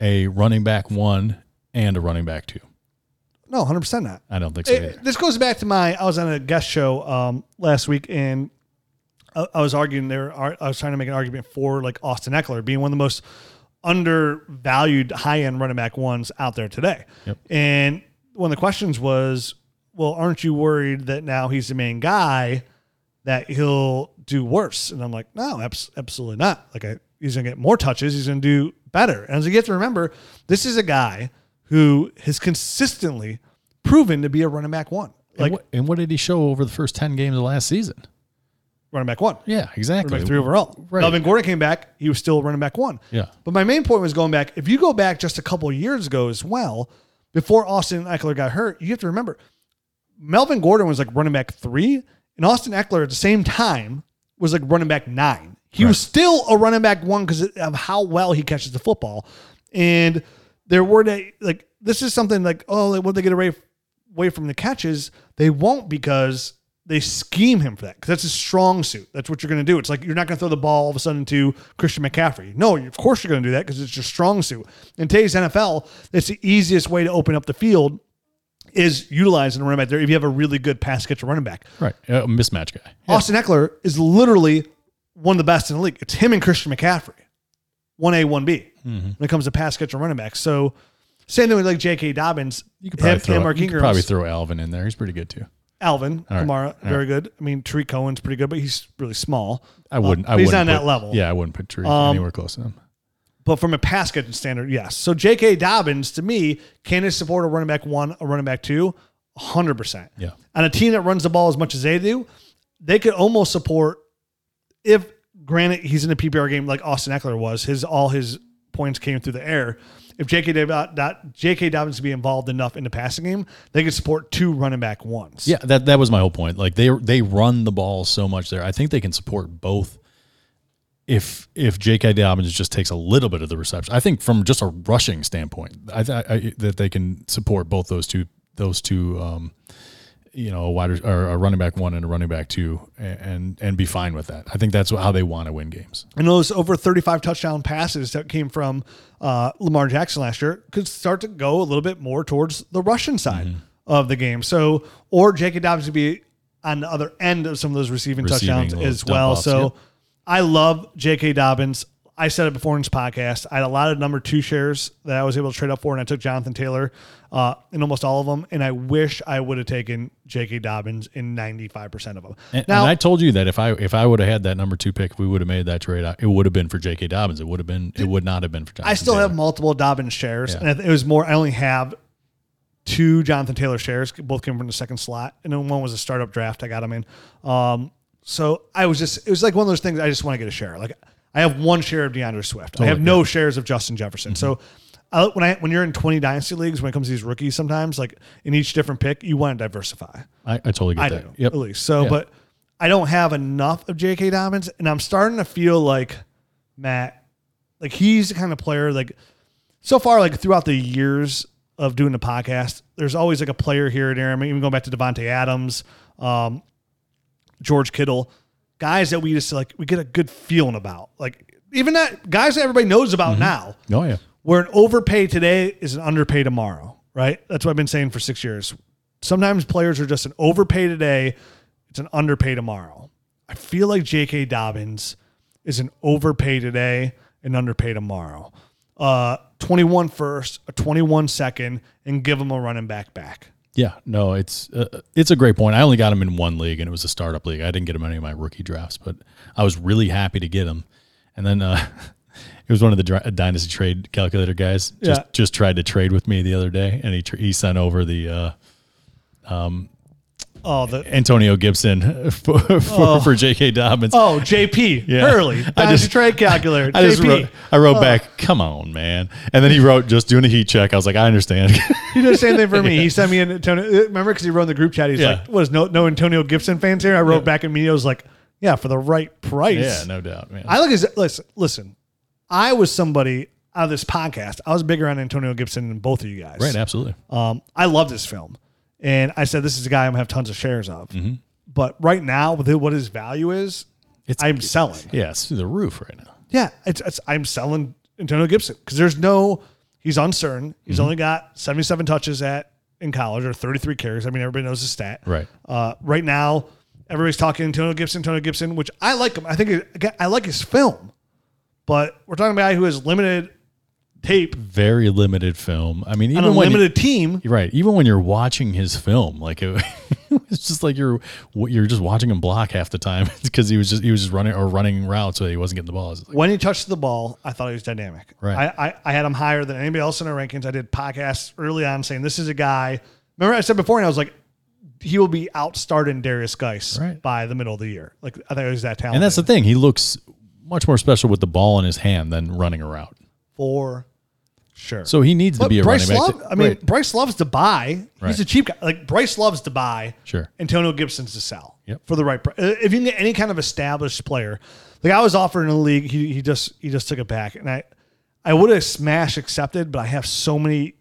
[SPEAKER 3] a running back one and a running back two?
[SPEAKER 2] No, 100% not.
[SPEAKER 3] I don't think so.
[SPEAKER 2] It-
[SPEAKER 3] Either.
[SPEAKER 2] this goes back to my. I was on a guest show um, last week, and I, I was arguing there. ar- I was trying to make an argument for like Austin Eckler being one of the most undervalued high end running back ones out there today.
[SPEAKER 3] Yep.
[SPEAKER 2] And one of the questions was, well, aren't you worried that now he's the main guy that he'll do worse? And I'm like, no, abs- absolutely not. Like I, he's gonna get more touches. He's gonna do better. And so you have to remember, this is a guy who has consistently proven to be a running back one. Like
[SPEAKER 3] and, what, and what did he show over the first 10 games of last season?
[SPEAKER 2] running back one.
[SPEAKER 3] Yeah, exactly.
[SPEAKER 2] Running back three overall.
[SPEAKER 3] Right.
[SPEAKER 2] Melvin Gordon came back. He was still running back one.
[SPEAKER 3] Yeah.
[SPEAKER 2] But my main point was going back. If you go back just a couple of years ago as well, before Austin Eckler got hurt, you have to remember Melvin Gordon was like running back three, and Austin Eckler at the same time was like running back nine. He was still a running back one because of how well he catches the football. And there were that- like this is something like oh like, what they get away away from the catches they won't because they scheme him for that because that's his strong suit. That's what you're going to do. It's like you're not going to throw the ball all of a sudden to Christian McCaffrey. No, of course you're going to do that because it's your strong suit. In today's NFL, that's the easiest way to open up the field is utilizing a running back there if you have a really good pass catcher running back.
[SPEAKER 3] Right. A mismatch guy.
[SPEAKER 2] Austin Eckler is literally one of the best in the league. It's him and Christian McCaffrey. one A, one B
[SPEAKER 3] Mm-hmm.
[SPEAKER 2] when it comes to pass catcher running back. So same thing with like J.K. Dobbins.
[SPEAKER 3] You could probably,
[SPEAKER 2] him,
[SPEAKER 3] throw,
[SPEAKER 2] him or
[SPEAKER 3] you could
[SPEAKER 2] Ingram's-
[SPEAKER 3] probably throw Alvin in there. He's pretty good too.
[SPEAKER 2] Alvin
[SPEAKER 3] right.
[SPEAKER 2] Kamara,
[SPEAKER 3] All
[SPEAKER 2] very good. I mean Tariq Cohen's pretty good, but he's really small.
[SPEAKER 3] I wouldn't. I
[SPEAKER 2] but Uh, he's
[SPEAKER 3] wouldn't
[SPEAKER 2] not on
[SPEAKER 3] put-
[SPEAKER 2] that level. Um,
[SPEAKER 3] Yeah, I wouldn't put Tariq anywhere close to him.
[SPEAKER 2] But from a pass catching standard, yes. So J.K. Dobbins to me can he support a running back one, a running back two, hundred percent.
[SPEAKER 3] Yeah.
[SPEAKER 2] on a team that runs the ball as much as they do, they could almost support if granted he's in a PPR game like Austin Eckler was, his all his points came through the air. If JK Dob- Dot- JK Dobbins could be involved enough in the passing game, they could support two running back ones.
[SPEAKER 3] Yeah, that that was my whole point. Like they they run the ball so much there. I think they can support both. If if J.K. Dobbins just takes a little bit of the reception, I think from just a rushing standpoint, I, th- I that they can support both those two those two. Um, you know, a wide re- or a running back one and a running back two, a- and and be fine with that. I think that's how they want to win games.
[SPEAKER 2] And those over 35 touchdown passes that came from uh, Lamar Jackson last year could start to go a little bit more towards the Russian side
[SPEAKER 3] Mm-hmm.
[SPEAKER 2] of the game. So, or J.K. Dobbins would be on the other end of some of those receiving,
[SPEAKER 3] Receiving
[SPEAKER 2] touchdowns
[SPEAKER 3] little
[SPEAKER 2] as
[SPEAKER 3] dump
[SPEAKER 2] well.
[SPEAKER 3] offs,
[SPEAKER 2] so,
[SPEAKER 3] yep.
[SPEAKER 2] I love J.K. Dobbins. I said it before in this podcast. I had a lot of number two shares that I was able to trade up for, and I took Jonathan Taylor uh, in almost all of them. And I wish I would have taken J.K. Dobbins in 95% of them.
[SPEAKER 3] And, and I told you that if I if I would have had that number two pick, we would have made that trade. I- It would have been for J.K. Dobbins. It would have been. It would not have been for. Jonathan
[SPEAKER 2] I still have
[SPEAKER 3] Taylor.
[SPEAKER 2] multiple Dobbins shares,
[SPEAKER 3] Yeah.
[SPEAKER 2] and it- it was more. I only have two Jonathan Taylor shares. Both came from the second slot, and then one was a startup draft. I got them in. Um, so I was just, it was like one of those things. I just want to get a share. Like I have one share of DeAndre Swift. I have no shares of Justin Jefferson. So. I, when I when you're in 20 dynasty leagues, when it comes to these rookies, sometimes like in each different pick, you want to diversify.
[SPEAKER 3] I, I totally get
[SPEAKER 2] I
[SPEAKER 3] that.
[SPEAKER 2] do,
[SPEAKER 3] Yep.
[SPEAKER 2] at least. So,
[SPEAKER 3] Yeah.
[SPEAKER 2] but I don't have enough of J.K. Dobbins, and I'm starting to feel like Matt, like he's the kind of player like so far, like throughout the years of doing the podcast, there's always like a player here and there. I mean, even going back to Devonte Adams, um, George Kittle, guys that we just like we get a good feeling about, like even that guys that everybody knows about now
[SPEAKER 3] Oh yeah.
[SPEAKER 2] where an overpay today is an underpay tomorrow, right? That's what I've been saying for six years. Sometimes players are just an overpay today, it's an underpay tomorrow. I feel like J.K. Dobbins is an overpay today, an underpay tomorrow. Uh, 21 first, a 21 second, and give him a running back back.
[SPEAKER 3] Yeah, no, it's uh, it's a great point. I only got him in one league, and it was a startup league. I didn't get him in any of my rookie drafts, but I was really happy to get him. And then uh, it was one of the dra- dynasty trade calculator guys just
[SPEAKER 2] Yeah.
[SPEAKER 3] just tried to trade with me the other day, and he tr- he sent over the uh,
[SPEAKER 2] Oh, the
[SPEAKER 3] Antonio Gibson for for, for J.K. Dobbins.
[SPEAKER 2] oh JP Hurley. I just trade calculator.
[SPEAKER 3] I just
[SPEAKER 2] JP.
[SPEAKER 3] wrote, I wrote
[SPEAKER 2] Oh.
[SPEAKER 3] back, come on, man. And then he wrote, just doing a heat check. I was like, I understand.
[SPEAKER 2] He did the same thing for me. He sent me an Antonio. uh, Remember, because he wrote in the group chat, he's
[SPEAKER 3] Yeah.
[SPEAKER 2] like, "What is no no Antonio Gibson fans here?" I wrote back in me. I was like, "Yeah, for the right price."
[SPEAKER 3] yeah, no doubt, man.
[SPEAKER 2] I look at listen. Listen, I was somebody out of this podcast. I was bigger on Antonio Gibson than both of you guys.
[SPEAKER 3] right, absolutely.
[SPEAKER 2] Um, I love this film, and I said this is a guy I'm gonna have tons of shares of.
[SPEAKER 3] Mm-hmm.
[SPEAKER 2] But right now, with what his value is,
[SPEAKER 3] It's-
[SPEAKER 2] I'm selling.
[SPEAKER 3] Yeah, it's through the roof right now.
[SPEAKER 2] Yeah, it's, it's I'm selling Antonio Gibson because there's no he's uncertain. He's
[SPEAKER 3] Mm-hmm.
[SPEAKER 2] only got 77 touches at in college or 33 carries. I mean, everybody knows the stat.
[SPEAKER 3] Right.
[SPEAKER 2] Uh, right now, everybody's talking Antonio Gibson, Antonio Gibson, which I like him. I think it, again, I like his film, but we're talking about a guy who has limited tape
[SPEAKER 3] very limited film. I mean, even
[SPEAKER 2] on a
[SPEAKER 3] when
[SPEAKER 2] limited team.
[SPEAKER 3] you're right, even when you're watching his film, like it, it's just like you're you're just watching him block half the time because he was just he was just running or running routes so he wasn't getting the ball. It's like,
[SPEAKER 2] When he touched the ball, I thought he was dynamic.
[SPEAKER 3] Right.
[SPEAKER 2] I, I, I had him higher than anybody else in our rankings. I did podcasts early on saying this is a guy. Remember I said before, and I was like, he will be outstarting Darius Geis
[SPEAKER 3] Right.
[SPEAKER 2] by the middle of the year. Like I think it was that talent.
[SPEAKER 3] and that's the thing, he looks much more special with the ball in his hand than running a route.
[SPEAKER 2] for sure.
[SPEAKER 3] So he needs to
[SPEAKER 2] but
[SPEAKER 3] be a
[SPEAKER 2] Bryce
[SPEAKER 3] running back.
[SPEAKER 2] Love,
[SPEAKER 3] to-
[SPEAKER 2] I mean,
[SPEAKER 3] right.
[SPEAKER 2] Bryce loves to buy.
[SPEAKER 3] Right.
[SPEAKER 2] He's a cheap guy. Like Bryce loves to buy.
[SPEAKER 3] Sure.
[SPEAKER 2] Antonio Gibson's to sell.
[SPEAKER 3] Yep.
[SPEAKER 2] For the right price. If you can get any kind of established player, like I was offered in a league, he, he just he just took it back, and I I would have smash accepted, but I have so many.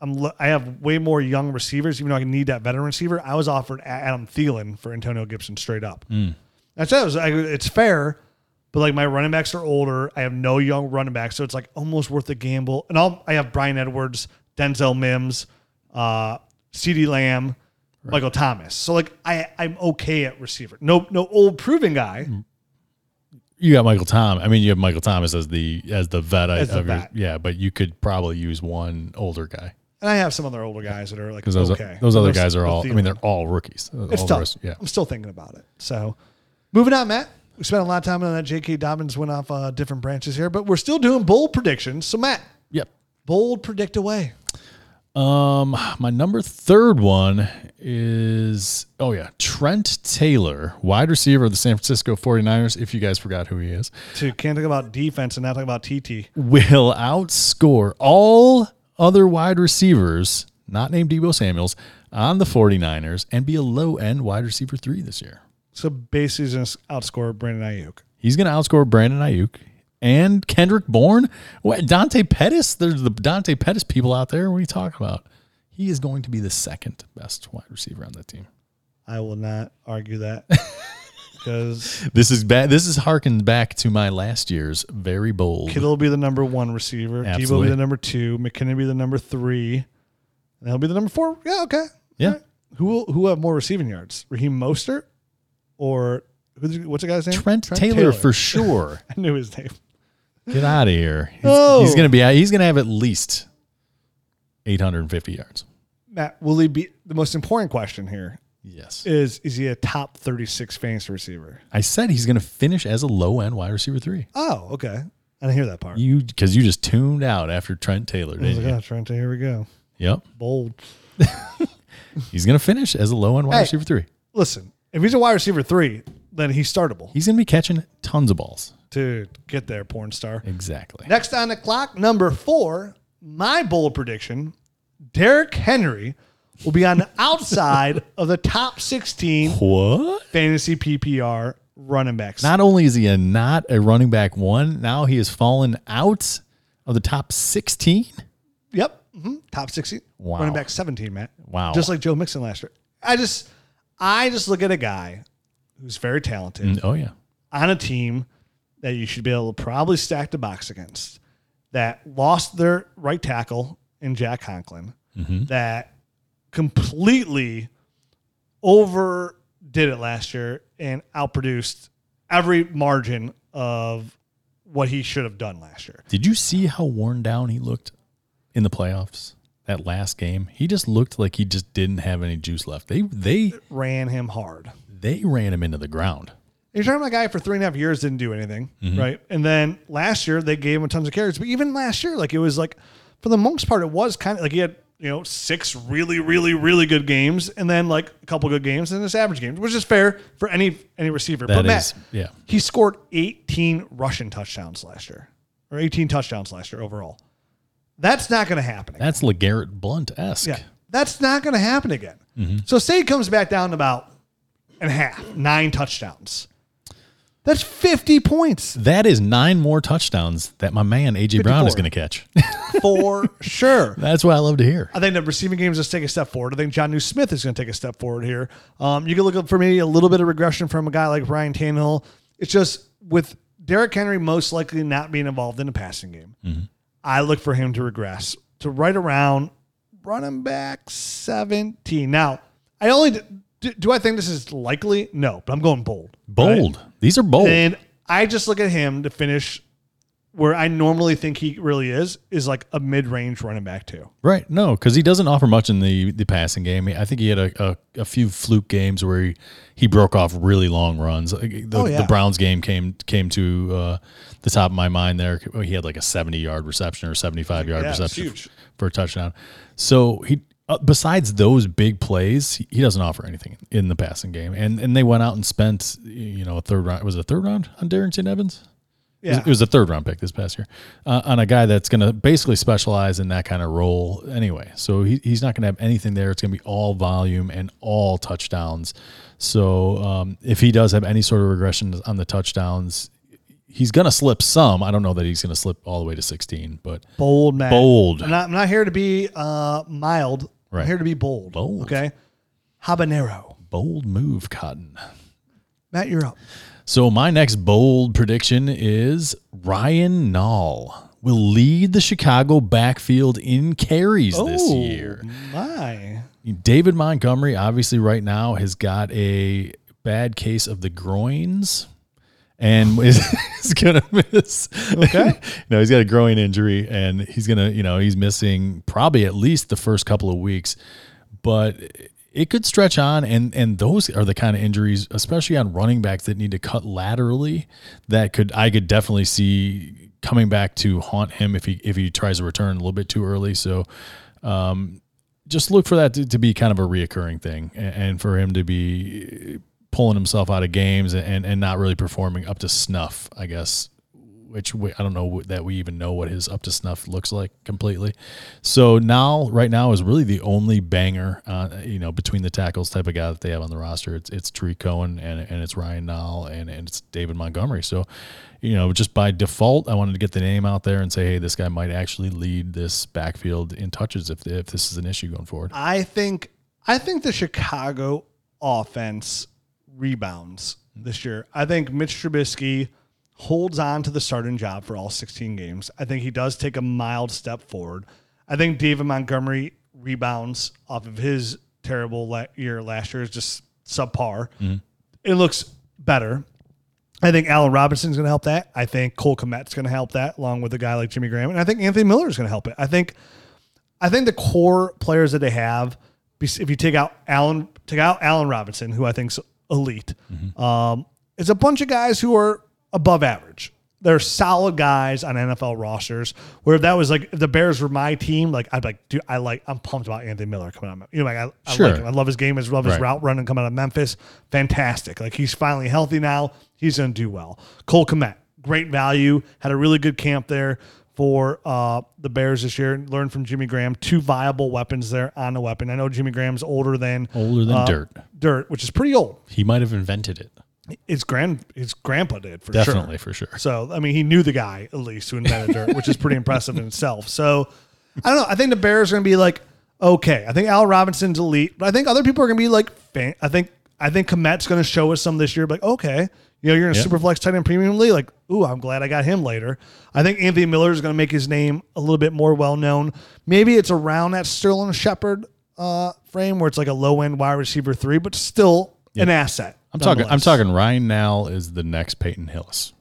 [SPEAKER 2] I'm lo- I have way more young receivers, even though I need that veteran receiver. I was offered A- Adam Thielen for Antonio Gibson straight up.
[SPEAKER 3] Mm.
[SPEAKER 2] That's it. I was like, it's fair, but like my running backs are older. I have no young running backs, so it's like almost worth the gamble. And I'll, I have Brian Edwards, Denzel Mims, uh, C.D. Lamb, Michael
[SPEAKER 3] Mm.
[SPEAKER 2] Thomas. So like I I'm okay at receiver. No no old proven guy,
[SPEAKER 3] you got Michael Tom. I mean, you have Michael Thomas as the as the vet
[SPEAKER 2] As the
[SPEAKER 3] of your,
[SPEAKER 2] vet.
[SPEAKER 3] yeah, but you could probably use one older guy
[SPEAKER 2] And I have some other older guys that are like
[SPEAKER 3] because those
[SPEAKER 2] okay.
[SPEAKER 3] those other
[SPEAKER 2] They're
[SPEAKER 3] guys are
[SPEAKER 2] still
[SPEAKER 3] all. I
[SPEAKER 2] feeling
[SPEAKER 3] mean,
[SPEAKER 2] it.
[SPEAKER 3] they're all rookies.
[SPEAKER 2] it's
[SPEAKER 3] all the
[SPEAKER 2] tough.
[SPEAKER 3] rest- yeah.
[SPEAKER 2] I'm still thinking about it. So, moving on, Matt. We spent a lot of time on that. J.K. Dobbins went off uh, different branches here, but we're still doing bold predictions. So, Matt,
[SPEAKER 3] Yep.
[SPEAKER 2] bold predict away.
[SPEAKER 3] Um, my number third one is oh yeah, Trent Taylor, wide receiver of the San Francisco 49ers, if you guys forgot who he is,
[SPEAKER 2] So, you can't talk about defense and not talk about TT.
[SPEAKER 3] will outscore all other wide receivers, not named Debo Samuels, on the 49ers and be a low end wide receiver 3 this year.
[SPEAKER 2] So, basically, he's going to outscore Brandon Ayuk.
[SPEAKER 3] He's going to outscore Brandon Ayuk and Kendrick Bourne. What Dante Pettis? There's the Dante Pettis people out there. What are you talking about? He is going to be the second best wide receiver on that team.
[SPEAKER 2] I will not argue that because
[SPEAKER 3] This is bad. This is harkened back to my last year's very bold.
[SPEAKER 2] Kittle will be the number one receiver. Debo will be
[SPEAKER 3] Absolutely.
[SPEAKER 2] the number two. McKinnon will be the number three. And he'll be the number four. Yeah, okay.
[SPEAKER 3] Yeah.
[SPEAKER 2] Who will who will have more receiving yards? Raheem Mostert or who's, what's the guy's name?
[SPEAKER 3] Trent, Taylor, for sure.
[SPEAKER 2] I knew his name.
[SPEAKER 3] Get out of here. He's,
[SPEAKER 2] No.
[SPEAKER 3] he's gonna be. He's gonna have at least 850 yards.
[SPEAKER 2] Matt, will he be the most important question here
[SPEAKER 3] Yes.
[SPEAKER 2] is is he a top thirty six fantasy receiver?
[SPEAKER 3] I said he's gonna finish as a low end wide receiver three.
[SPEAKER 2] Oh, okay. I didn't hear that part.
[SPEAKER 3] You because you just tuned out after Trent Taylor,
[SPEAKER 2] I was
[SPEAKER 3] didn't
[SPEAKER 2] like,
[SPEAKER 3] you?
[SPEAKER 2] oh, Trent, here we go.
[SPEAKER 3] Yep.
[SPEAKER 2] Bold.
[SPEAKER 3] He's gonna finish as a low end wide
[SPEAKER 2] Hey.
[SPEAKER 3] receiver three.
[SPEAKER 2] Listen, if he's a wide receiver three, then he's startable.
[SPEAKER 3] He's gonna be catching tons of balls.
[SPEAKER 2] Dude, get there, porn star.
[SPEAKER 3] Exactly.
[SPEAKER 2] Next on the clock, number four, my bold prediction Derrick Henry will be on the outside of the top 16
[SPEAKER 3] What?
[SPEAKER 2] fantasy PPR running backs.
[SPEAKER 3] Not only is he a not a running back one, now he has fallen out of the top 16.
[SPEAKER 2] yep. mhm, top 16.
[SPEAKER 3] Wow.
[SPEAKER 2] Running back 17, Matt.
[SPEAKER 3] Wow.
[SPEAKER 2] Just like Joe Mixon last year. I just, I just look at a guy who's very talented
[SPEAKER 3] Oh yeah.
[SPEAKER 2] on a team that you should be able to probably stack the box against that lost their right tackle in Jack Conklin that completely overdid it last year and outproduced every margin of what he should have done last year.
[SPEAKER 3] Did you see how worn down he looked in the playoffs? That last game, he just looked like he just didn't have any juice left. They they
[SPEAKER 2] Ran him hard.
[SPEAKER 3] they ran him into the ground.
[SPEAKER 2] You're talking about a guy for three and a half years didn't do anything,
[SPEAKER 3] Mm-hmm.
[SPEAKER 2] right? And then last year they gave him tons of carries, but even last year, like it was like for the most part, it was kind of like he had you know six really, really, really good games, and then like a couple good games, and this average game, which is fair for any any receiver.
[SPEAKER 3] That
[SPEAKER 2] but
[SPEAKER 3] is,
[SPEAKER 2] Matt,
[SPEAKER 3] yeah.
[SPEAKER 2] he scored 18 rushing touchdowns last year, or 18 touchdowns last year overall. That's not going to happen. again.
[SPEAKER 3] That's LeGarrette Blunt esque.
[SPEAKER 2] Yeah, that's not going to happen again. So say it comes back down to about and a half, nine touchdowns. That's fifty points
[SPEAKER 3] That is nine more touchdowns that my man AJ Brown
[SPEAKER 2] 54.
[SPEAKER 3] is going to catch.
[SPEAKER 2] for sure.
[SPEAKER 3] That's what I love to hear.
[SPEAKER 2] I think the receiving games just take a step forward. I think John New Smith is going to take a step forward here. Um, you can look up for me a little bit of regression from a guy like Ryan Tannehill. It's just with Derrick Henry most likely not being involved in the passing game. I look for him to regress to right around running back 17. Now, I only do, do I think this is likely? No, but I'm going bold.
[SPEAKER 3] Bold. These are bold.
[SPEAKER 2] And I just look at him to finish where I normally think he really is, is like a mid range running back, too.
[SPEAKER 3] Right. No, because he doesn't offer much in the, the passing game. I think he had a, a, a few fluke games where he, he broke off really long runs. Like, The,
[SPEAKER 2] Oh, yeah.
[SPEAKER 3] the Browns game came came to uh, the top of my mind there. He had like a 70 yard reception or 75 yard
[SPEAKER 2] Yeah, it's
[SPEAKER 3] reception
[SPEAKER 2] huge.
[SPEAKER 3] f- for a touchdown. So he. Uh, besides those big plays, he- he doesn't offer anything in the passing game, and and they went out and spent you know a third round was it a third round on Darrington Evans? It was-
[SPEAKER 2] Yeah.
[SPEAKER 3] It was a third round pick this past year uh, on a guy that's going to basically specialize in that kind of role anyway. So he, he's not going to have anything there. It's going to be all volume and all touchdowns. So um, if he does have any sort of regression on the touchdowns, he's going to slip some. I don't know that he's going to slip all the way to 16, but
[SPEAKER 2] bold man.
[SPEAKER 3] Bold.
[SPEAKER 2] I'm not, I'm not here to be uh, mild. I'm
[SPEAKER 3] Right.
[SPEAKER 2] here to be bold.
[SPEAKER 3] Bold.
[SPEAKER 2] Okay. Habanero.
[SPEAKER 3] bold move, Cotton.
[SPEAKER 2] Matt, you're up.
[SPEAKER 3] So my next bold prediction is Ryan Nall will lead the Chicago backfield in carries this year.
[SPEAKER 2] my.
[SPEAKER 3] David Montgomery, obviously, right now has got a bad case of the groins. and is, is gonna miss.
[SPEAKER 2] Okay.
[SPEAKER 3] no, he's got a growing injury, and he's gonna, you know, he's missing probably at least the first couple of weeks, but it could stretch on, and and those are the kind of injuries, especially on running backs that need to cut laterally, that could I could definitely see coming back to haunt him if he if he tries to return a little bit too early. So. Um, just look for that to, to be kind of a reoccurring thing and, and for him to be pulling himself out of games and, and not really performing up to snuff, I guess, which we, I don't know that we even know what his up to snuff looks like completely. So now, right now is really the only banger, uh, you know, between the tackles type of guy that they have on the roster. It's, it's Tree Cohen and, and it's Ryan Nall and, and it's David Montgomery. So, you know, just by default, I wanted to get the name out there and say, Hey, this guy might actually lead this backfield in touches if, if this is an issue going forward.
[SPEAKER 2] I think I think the Chicago offense rebounds this year. I think Mitch Trubisky holds on to the starting job for all 16 games. I think he does take a mild step forward. I think David Montgomery rebounds off of his terrible la- year last year is just subpar. It looks better. I think Allen Robinson's going to help that. I think Cole Komet's going to help that, along with a guy like Jimmy Graham, and I think Anthony Miller is going to help it. I think I think the core players that they have, bes- if you take out Allen, take out Allen Robinson, who I think's elite, um, it's a bunch of guys who are above average. They're solid guys on NFL rosters. Where if that was like if the Bears were my team, like I'd be like, dude, I like, I'm pumped about Anthony Miller coming out. of- You know, like I, I
[SPEAKER 3] Sure.
[SPEAKER 2] like him. I love his game. I love his
[SPEAKER 3] Right.
[SPEAKER 2] route running coming out of Memphis. Fantastic. Like he's finally healthy now. He's going to do well. Cole Komet, great value. Had a really good camp there for uh, the Bears this year. Learned from Jimmy Graham. Two viable weapons there on the weapon. I know Jimmy Graham's older than
[SPEAKER 3] Older than dirt.
[SPEAKER 2] dirt, which is pretty old.
[SPEAKER 3] He might have invented it.
[SPEAKER 2] His grand his grandpa did for sure.
[SPEAKER 3] Definitely, for sure.
[SPEAKER 2] So I mean, he knew the guy at least who invented dirt, which is pretty impressive in itself. So I don't know. I think the Bears are going to be like okay. I think Al Robinson's elite, but I think other people are going to be like. Fan- I think I think Komet's going to show us some this year. Like okay, you know, you're in a
[SPEAKER 3] Yeah.
[SPEAKER 2] super flex tight end premium league. Like ooh, I'm glad I got him later. I think Anthony Miller is going to make his name a little bit more well known. Maybe it's around that Sterling Shepard uh, frame where it's like a low end wide receiver three, but still an asset.
[SPEAKER 3] I'm talking. I'm
[SPEAKER 2] nonetheless.
[SPEAKER 3] talking. Ryan Nall is the next Peyton Hillis.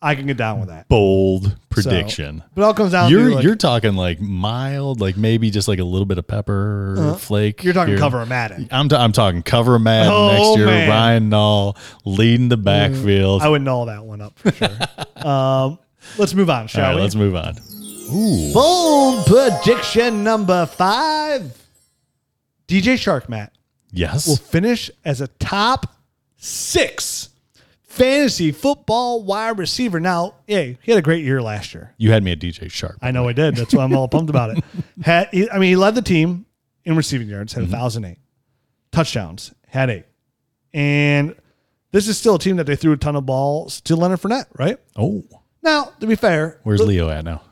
[SPEAKER 2] I can get down with that.
[SPEAKER 3] Bold prediction.
[SPEAKER 2] But it all comes down
[SPEAKER 3] you're
[SPEAKER 2] to like,
[SPEAKER 3] you're talking like mild, like maybe just like a little bit of pepper flake.
[SPEAKER 2] Uh-huh. You're talking
[SPEAKER 3] here.
[SPEAKER 2] cover a Madden.
[SPEAKER 3] I'm, t- I'm talking cover Madden
[SPEAKER 2] Oh,
[SPEAKER 3] next year.
[SPEAKER 2] man. Mm,
[SPEAKER 3] Ryan Nall leading the backfield.
[SPEAKER 2] I would null that one up for sure. um, let's move on,
[SPEAKER 3] All
[SPEAKER 2] shall
[SPEAKER 3] right,
[SPEAKER 2] we?
[SPEAKER 3] let's move on. Ooh,
[SPEAKER 2] Bold prediction number five. DJ Shark Matt
[SPEAKER 3] yes.
[SPEAKER 2] will finish as a top six fantasy football wide receiver. Now, hey, he had a great year last year.
[SPEAKER 3] you had me at DJ Sharp.
[SPEAKER 2] I know I did. That's why I'm all pumped about it. Had he, I mean, he led the team in receiving yards,
[SPEAKER 3] Mm-hmm.
[SPEAKER 2] had 1,008 touchdowns, had eight. And this is still a team that they threw a ton of balls to Leonard Fournette, right?
[SPEAKER 3] oh,
[SPEAKER 2] Now, to be fair,
[SPEAKER 3] where's
[SPEAKER 2] Le-
[SPEAKER 3] Leo at now?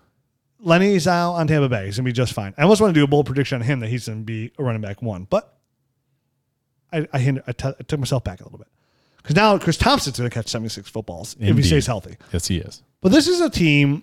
[SPEAKER 2] Lenny's out on Tampa Bay. He's going to be just fine. I almost want to do a bold prediction on him that he's going to be a running back one, but I, I, hind- I, t- I took myself back a little bit. Because now Chris Thompson's going to catch 76 footballs if he
[SPEAKER 3] Indeed.
[SPEAKER 2] stays healthy.
[SPEAKER 3] Yes, he is.
[SPEAKER 2] But this is a team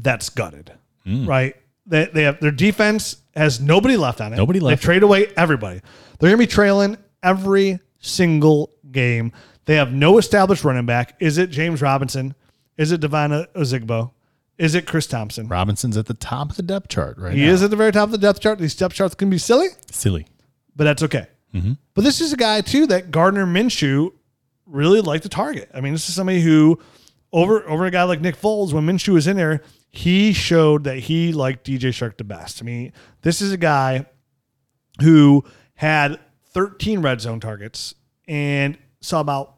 [SPEAKER 2] that's gutted,
[SPEAKER 3] Mm.
[SPEAKER 2] right? They, they have their defense has nobody left on it.
[SPEAKER 3] Nobody left.
[SPEAKER 2] They trade away everybody. They're gonna be trailing every single game. They have no established running back. Is it James Robinson? Is it Devina Ozigbo? Is it Chris Thompson?
[SPEAKER 3] Robinson's at the top of the depth chart right
[SPEAKER 2] He
[SPEAKER 3] now.
[SPEAKER 2] is at the very top of the depth chart. These depth charts can be silly
[SPEAKER 3] silly.
[SPEAKER 2] but that's okay. But this is a guy too that Gardner Minshew really liked to target. I mean, this is somebody who over over a guy like Nick Foles when Minshew was in there, he showed that he liked DJ Shark the best. I mean, this is a guy who had 13 red zone targets and saw about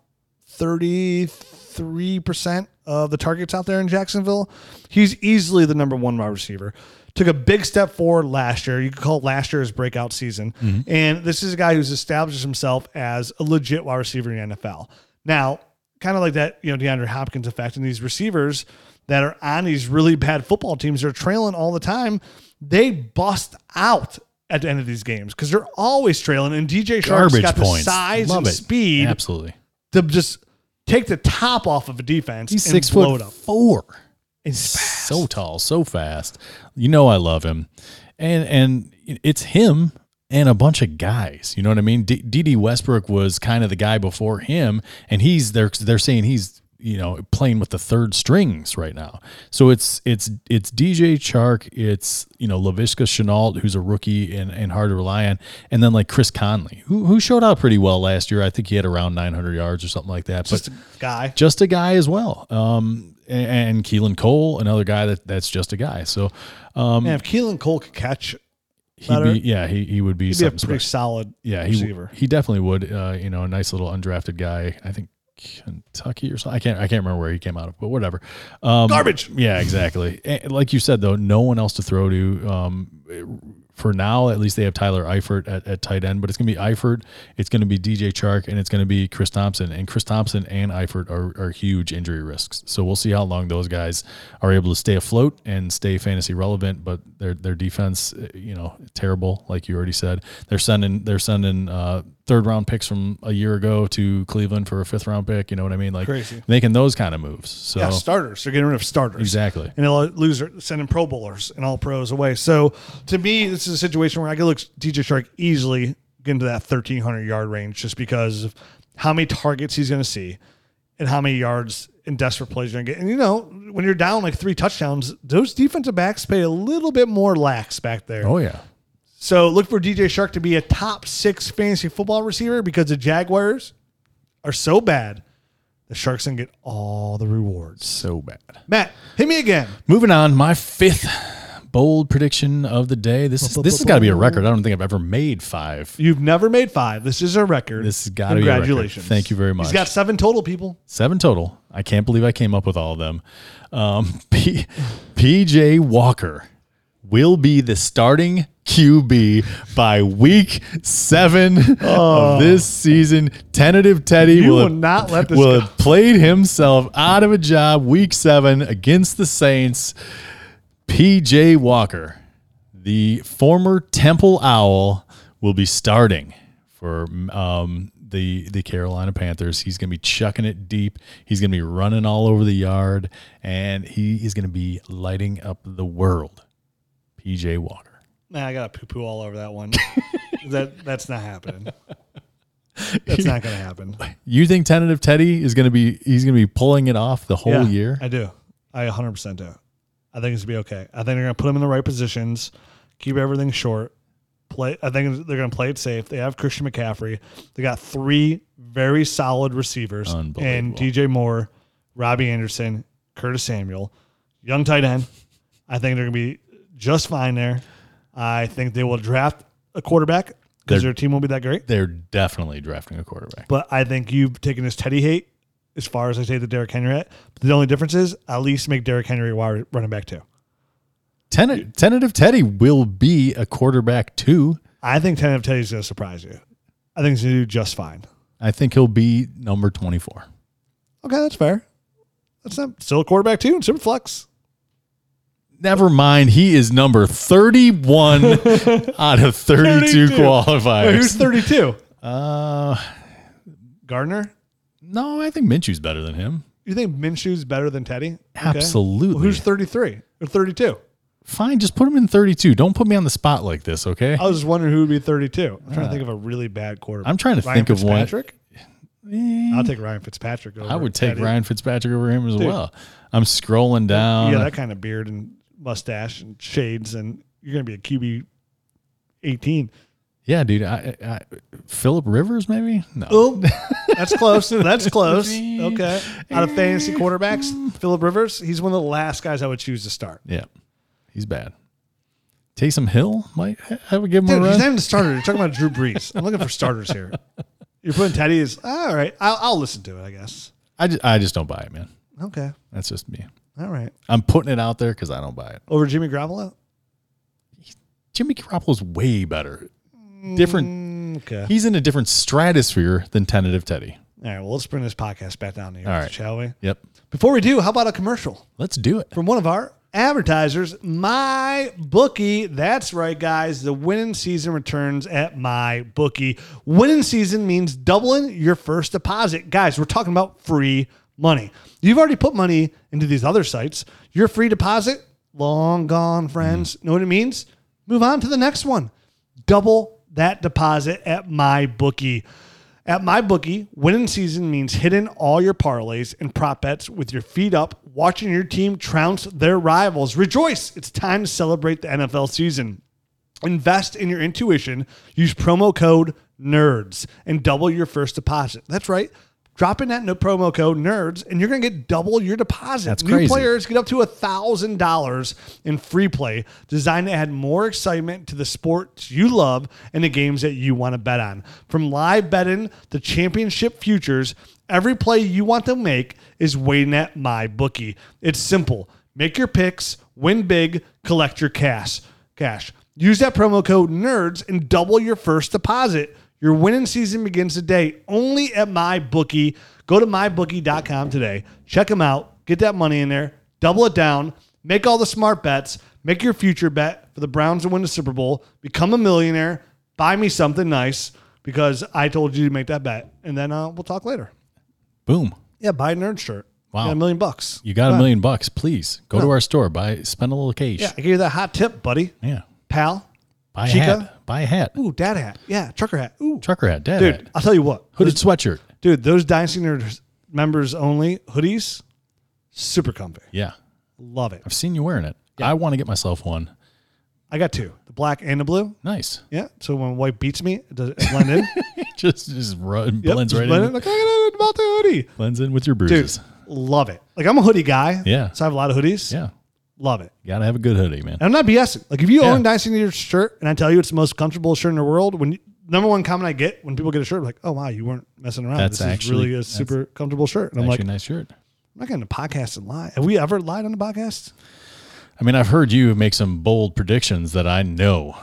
[SPEAKER 2] 33% of the targets out there in Jacksonville. He's easily the number one wide receiver. Took a big step forward last year. You could call it last year's breakout season.
[SPEAKER 3] Mm-hmm.
[SPEAKER 2] And this is a guy who's established himself as a legit wide receiver in the NFL. Now, kind of like that, you know, DeAndre Hopkins effect and these receivers that are on these really bad football teams, they're trailing all the time. They bust out at the end of these games because they're always trailing. And DJ Sharp's
[SPEAKER 3] Garbage
[SPEAKER 2] got the
[SPEAKER 3] points.
[SPEAKER 2] size
[SPEAKER 3] Love
[SPEAKER 2] and
[SPEAKER 3] it.
[SPEAKER 2] speed
[SPEAKER 3] Absolutely.
[SPEAKER 2] to just take the top off of a defense
[SPEAKER 3] He's
[SPEAKER 2] and
[SPEAKER 3] six
[SPEAKER 2] blow
[SPEAKER 3] foot
[SPEAKER 2] it up.
[SPEAKER 3] four.
[SPEAKER 2] It's fast.
[SPEAKER 3] so tall, so fast. You know I love him, and and it's him and a bunch of guys. You know what I mean? D- D.D. Westbrook was kind of the guy before him, and he's they're they're saying he's you know playing with the third strings right now. So it's it's it's DJ Chark, it's you know Laviska Chenault, who's a rookie and, and hard to rely on, and then like Chris Conley, who who showed out pretty well last year. I think he had around 900 yards or something like that. But
[SPEAKER 2] Just a guy.
[SPEAKER 3] just a guy as well. Um, and, and Keelan Cole, another guy that that's just a guy. So um,
[SPEAKER 2] Man, if Keelan Cole could catch,
[SPEAKER 3] he'd
[SPEAKER 2] better.
[SPEAKER 3] be yeah he, he would be
[SPEAKER 2] he'd be a
[SPEAKER 3] something
[SPEAKER 2] pretty
[SPEAKER 3] special.
[SPEAKER 2] solid
[SPEAKER 3] Yeah, he
[SPEAKER 2] receiver.
[SPEAKER 3] he definitely would. Uh, you know, a nice little undrafted guy. I think Kentucky or something. I can't I can't remember where he came out of, but whatever. Um,
[SPEAKER 2] Garbage.
[SPEAKER 3] Yeah, exactly. And like you said though, no one else to throw to. Um, for now, at least they have Tyler Eifert at, at tight end, but it's going to be Eifert, it's going to be DJ Chark, and it's going to be Chris Thompson. And Chris Thompson and Eifert are, are huge injury risks. So we'll see how long those guys are able to stay afloat and stay fantasy relevant. But their their defense, uh, you know, terrible, like you already said. They're sending they're sending uh, third round picks from a year ago to Cleveland for a fifth round pick. You know what I mean? Like
[SPEAKER 2] Crazy.
[SPEAKER 3] making those kind of moves. So
[SPEAKER 2] Yeah, starters. They're getting rid of starters.
[SPEAKER 3] Oh. Exactly.
[SPEAKER 2] And they'll lose sending pro bowlers and all pros away. So to me, this is a situation where I could look DJ Shark easily get into that 1,300 yard range just because of how many targets he's going to see and how many yards in desperate plays you're going to get. And you know, when you're down like three touchdowns, those defensive backs pay a little bit more lax back there.
[SPEAKER 3] Oh yeah.
[SPEAKER 2] So look for DJ Shark to be a top six fantasy football receiver because the Jaguars are so bad. The Sharks gonna get all the rewards.
[SPEAKER 3] So bad.
[SPEAKER 2] Matt, hit me again.
[SPEAKER 3] Moving on, my fifth bold prediction of the day. This is, this has got to be a record. I don't think I've ever made five.
[SPEAKER 2] You've never made five. This is a record.
[SPEAKER 3] This has gotta be a record.
[SPEAKER 2] congratulations.
[SPEAKER 3] Thank you very much.
[SPEAKER 2] He's got seven total people.
[SPEAKER 3] Seven total. I can't believe I came up with all of them. Um, P- PJ Walker will be the starting QB by week seven of this season. Tentative Teddy
[SPEAKER 2] Oh. You
[SPEAKER 3] will,
[SPEAKER 2] will not let this
[SPEAKER 3] will
[SPEAKER 2] go.
[SPEAKER 3] have played himself out of a job week seven against the Saints. PJ Walker, the former Temple Owl, will be starting for um, the the Carolina Panthers. He's going to be chucking it deep. He's going to be running all over the yard, and he is going to be lighting up the world. PJ Walker.
[SPEAKER 2] Nah, I got to poo poo all over that one. that that's not happening. That's not gonna happen.
[SPEAKER 3] You think tentative Teddy is going to be he's going to be pulling it off the whole
[SPEAKER 2] Yeah,
[SPEAKER 3] year?
[SPEAKER 2] I do. I 100 percent do. I think it's gonna be okay. I think they're gonna put him in the right positions, keep everything short. Play. I think they're gonna play it safe. They have Christian McCaffrey. They got three very solid receivers and
[SPEAKER 3] Unbelievable.
[SPEAKER 2] DJ Moore, Robbie Anderson, Curtis Samuel, young tight end. I think they're gonna be just fine there. I think they will draft a quarterback because
[SPEAKER 3] They're-
[SPEAKER 2] their team won't be that great.
[SPEAKER 3] They're definitely drafting a quarterback.
[SPEAKER 2] But I think you've taken this Teddy hate as far as I say the Derrick Henry at. But the only difference is at least make Derrick Henry a wide running back too.
[SPEAKER 3] Tenta- tentative Teddy will be a quarterback too.
[SPEAKER 2] I think ten of Teddy's going to surprise you. I think he's going to do just fine.
[SPEAKER 3] I think he'll be number 24.
[SPEAKER 2] Okay, that's fair. That's not still a quarterback too and super flex.
[SPEAKER 3] Never mind. He is number 31 out of 32,
[SPEAKER 2] 32. Who's
[SPEAKER 3] qualifiers.
[SPEAKER 2] thirty two?
[SPEAKER 3] Uh,
[SPEAKER 2] Gardner.
[SPEAKER 3] no, I think Minshew's better than him.
[SPEAKER 2] You think Minshew's better than Teddy? Okay.
[SPEAKER 3] Absolutely.
[SPEAKER 2] Well, who's thirty three or thirty two?
[SPEAKER 3] Fine, just put him in 32. Don't put me on the spot like this, okay?
[SPEAKER 2] I was just wondering who would be thirty two. I'm trying to think of a really bad quarterback.
[SPEAKER 3] I'm trying to
[SPEAKER 2] Ryan
[SPEAKER 3] think of one.
[SPEAKER 2] Fitzpatrick. I'll take Ryan Fitzpatrick. Over
[SPEAKER 3] I would take
[SPEAKER 2] Teddy.
[SPEAKER 3] Ryan Fitzpatrick over him as well. I'm scrolling down.
[SPEAKER 2] yeah, that kind of beard and mustache and shades, and you're going to be a QB 18.
[SPEAKER 3] Yeah, dude. I, I, Philip Rivers, maybe? No.
[SPEAKER 2] Oh, that's close. That's close. Okay. Out of fantasy quarterbacks, Philip Rivers, he's one of the last guys I would choose to start.
[SPEAKER 3] Yeah, he's bad. Taysom Hill might. I would give him
[SPEAKER 2] Dude,
[SPEAKER 3] a
[SPEAKER 2] he's
[SPEAKER 3] run.
[SPEAKER 2] not even a starter. You're talking about Drew Brees. I'm looking for starters here. You're putting Teddy as, all right, I'll, I'll listen to it, I guess.
[SPEAKER 3] I just, I just don't buy it, man.
[SPEAKER 2] Okay.
[SPEAKER 3] That's just me.
[SPEAKER 2] All right.
[SPEAKER 3] I'm putting it out there because I don't buy it.
[SPEAKER 2] Over Jimmy Garoppolo?
[SPEAKER 3] Jimmy Garoppolo's way better. Different.
[SPEAKER 2] Mm, Okay.
[SPEAKER 3] He's in a different stratosphere than tentative Teddy.
[SPEAKER 2] all right. Well, let's bring this podcast back down to you,
[SPEAKER 3] All right.
[SPEAKER 2] shall we?
[SPEAKER 3] Yep.
[SPEAKER 2] Before we do, how about a commercial?
[SPEAKER 3] Let's do it.
[SPEAKER 2] from one of our advertisers, My Bookie. That's right, guys. The winning season returns at My Bookie. Winning season means doubling your first deposit. Guys, we're talking about free money. You've already put money into these other sites. Your free deposit, long gone, friends. Know what it means? Move on to the next one. Double that deposit at my bookie. At my bookie, winning season means hitting all your parlays and prop bets with your feet up, watching your team trounce their rivals. Rejoice! It's time to celebrate the NFL season. Invest in your intuition. Use promo code NERDS and double your first deposit. That's right. Drop in that no promo code NERDS and you're going to get double your deposit.
[SPEAKER 3] That's
[SPEAKER 2] New
[SPEAKER 3] crazy.
[SPEAKER 2] players get up to $1,000 in free play designed to add more excitement to the sports you love and the games that you want to bet on. From live betting to championship futures, every play you want to make is waiting at my bookie. It's simple. Make your picks, win big, collect your cash. Cash. Use that promo code NERDS and double your first deposit. Your winning season begins today only at MyBookie. Go to mybookie.com today. Check them out. Get that money in there. Double it down. Make all the smart bets. Make your future bet for the Browns to win the Super Bowl. Become a millionaire. Buy me something nice because I told you to make that bet. And then uh, we'll talk later.
[SPEAKER 3] Boom.
[SPEAKER 2] Yeah, buy a nerd shirt.
[SPEAKER 3] Wow.
[SPEAKER 2] Got a million bucks.
[SPEAKER 3] You got a million bucks. Please go to our store. Buy, spend a little cash.
[SPEAKER 2] Yeah, I gave you that hot tip, buddy.
[SPEAKER 3] Yeah.
[SPEAKER 2] Pal.
[SPEAKER 3] Buy a
[SPEAKER 2] Chica?
[SPEAKER 3] hat. Buy a hat.
[SPEAKER 2] Ooh, dad hat. Yeah, trucker hat. Ooh.
[SPEAKER 3] Trucker hat. Dad
[SPEAKER 2] Dude,
[SPEAKER 3] hat.
[SPEAKER 2] I'll tell you what.
[SPEAKER 3] Hooded sweatshirt.
[SPEAKER 2] Dude, those Dynasty Nerds members only hoodies, super comfy.
[SPEAKER 3] Yeah.
[SPEAKER 2] Love it.
[SPEAKER 3] I've seen you wearing it. I want to get myself one.
[SPEAKER 2] I got two, the black and the blue.
[SPEAKER 3] Nice.
[SPEAKER 2] Yeah. So when white beats me, it does it blend in.
[SPEAKER 3] just just run,
[SPEAKER 2] Yep,
[SPEAKER 3] blends
[SPEAKER 2] just
[SPEAKER 3] right
[SPEAKER 2] blend
[SPEAKER 3] in.
[SPEAKER 2] Like, look at it, multi hoodie.
[SPEAKER 3] blends in with your
[SPEAKER 2] Dude,
[SPEAKER 3] bruises.
[SPEAKER 2] love it. Like I'm a hoodie guy.
[SPEAKER 3] Yeah.
[SPEAKER 2] So I have a lot of hoodies.
[SPEAKER 3] Yeah.
[SPEAKER 2] Love it.
[SPEAKER 3] You gotta have a good hoodie, man.
[SPEAKER 2] And I'm not BSing. Like if you
[SPEAKER 3] Yeah.
[SPEAKER 2] own Dynasty Nerds shirt and I tell you it's the most comfortable shirt in the world, when you, number one comment I get when people get a shirt, like, oh wow, you weren't messing around.
[SPEAKER 3] That's
[SPEAKER 2] this
[SPEAKER 3] actually-
[SPEAKER 2] is really a
[SPEAKER 3] that's-
[SPEAKER 2] super comfortable shirt. And I'm
[SPEAKER 3] Actually,
[SPEAKER 2] like,
[SPEAKER 3] nice shirt.
[SPEAKER 2] I'm not going to podcast and lie. Have we ever lied on the podcast?
[SPEAKER 3] I mean, I've heard you make some bold predictions that I know.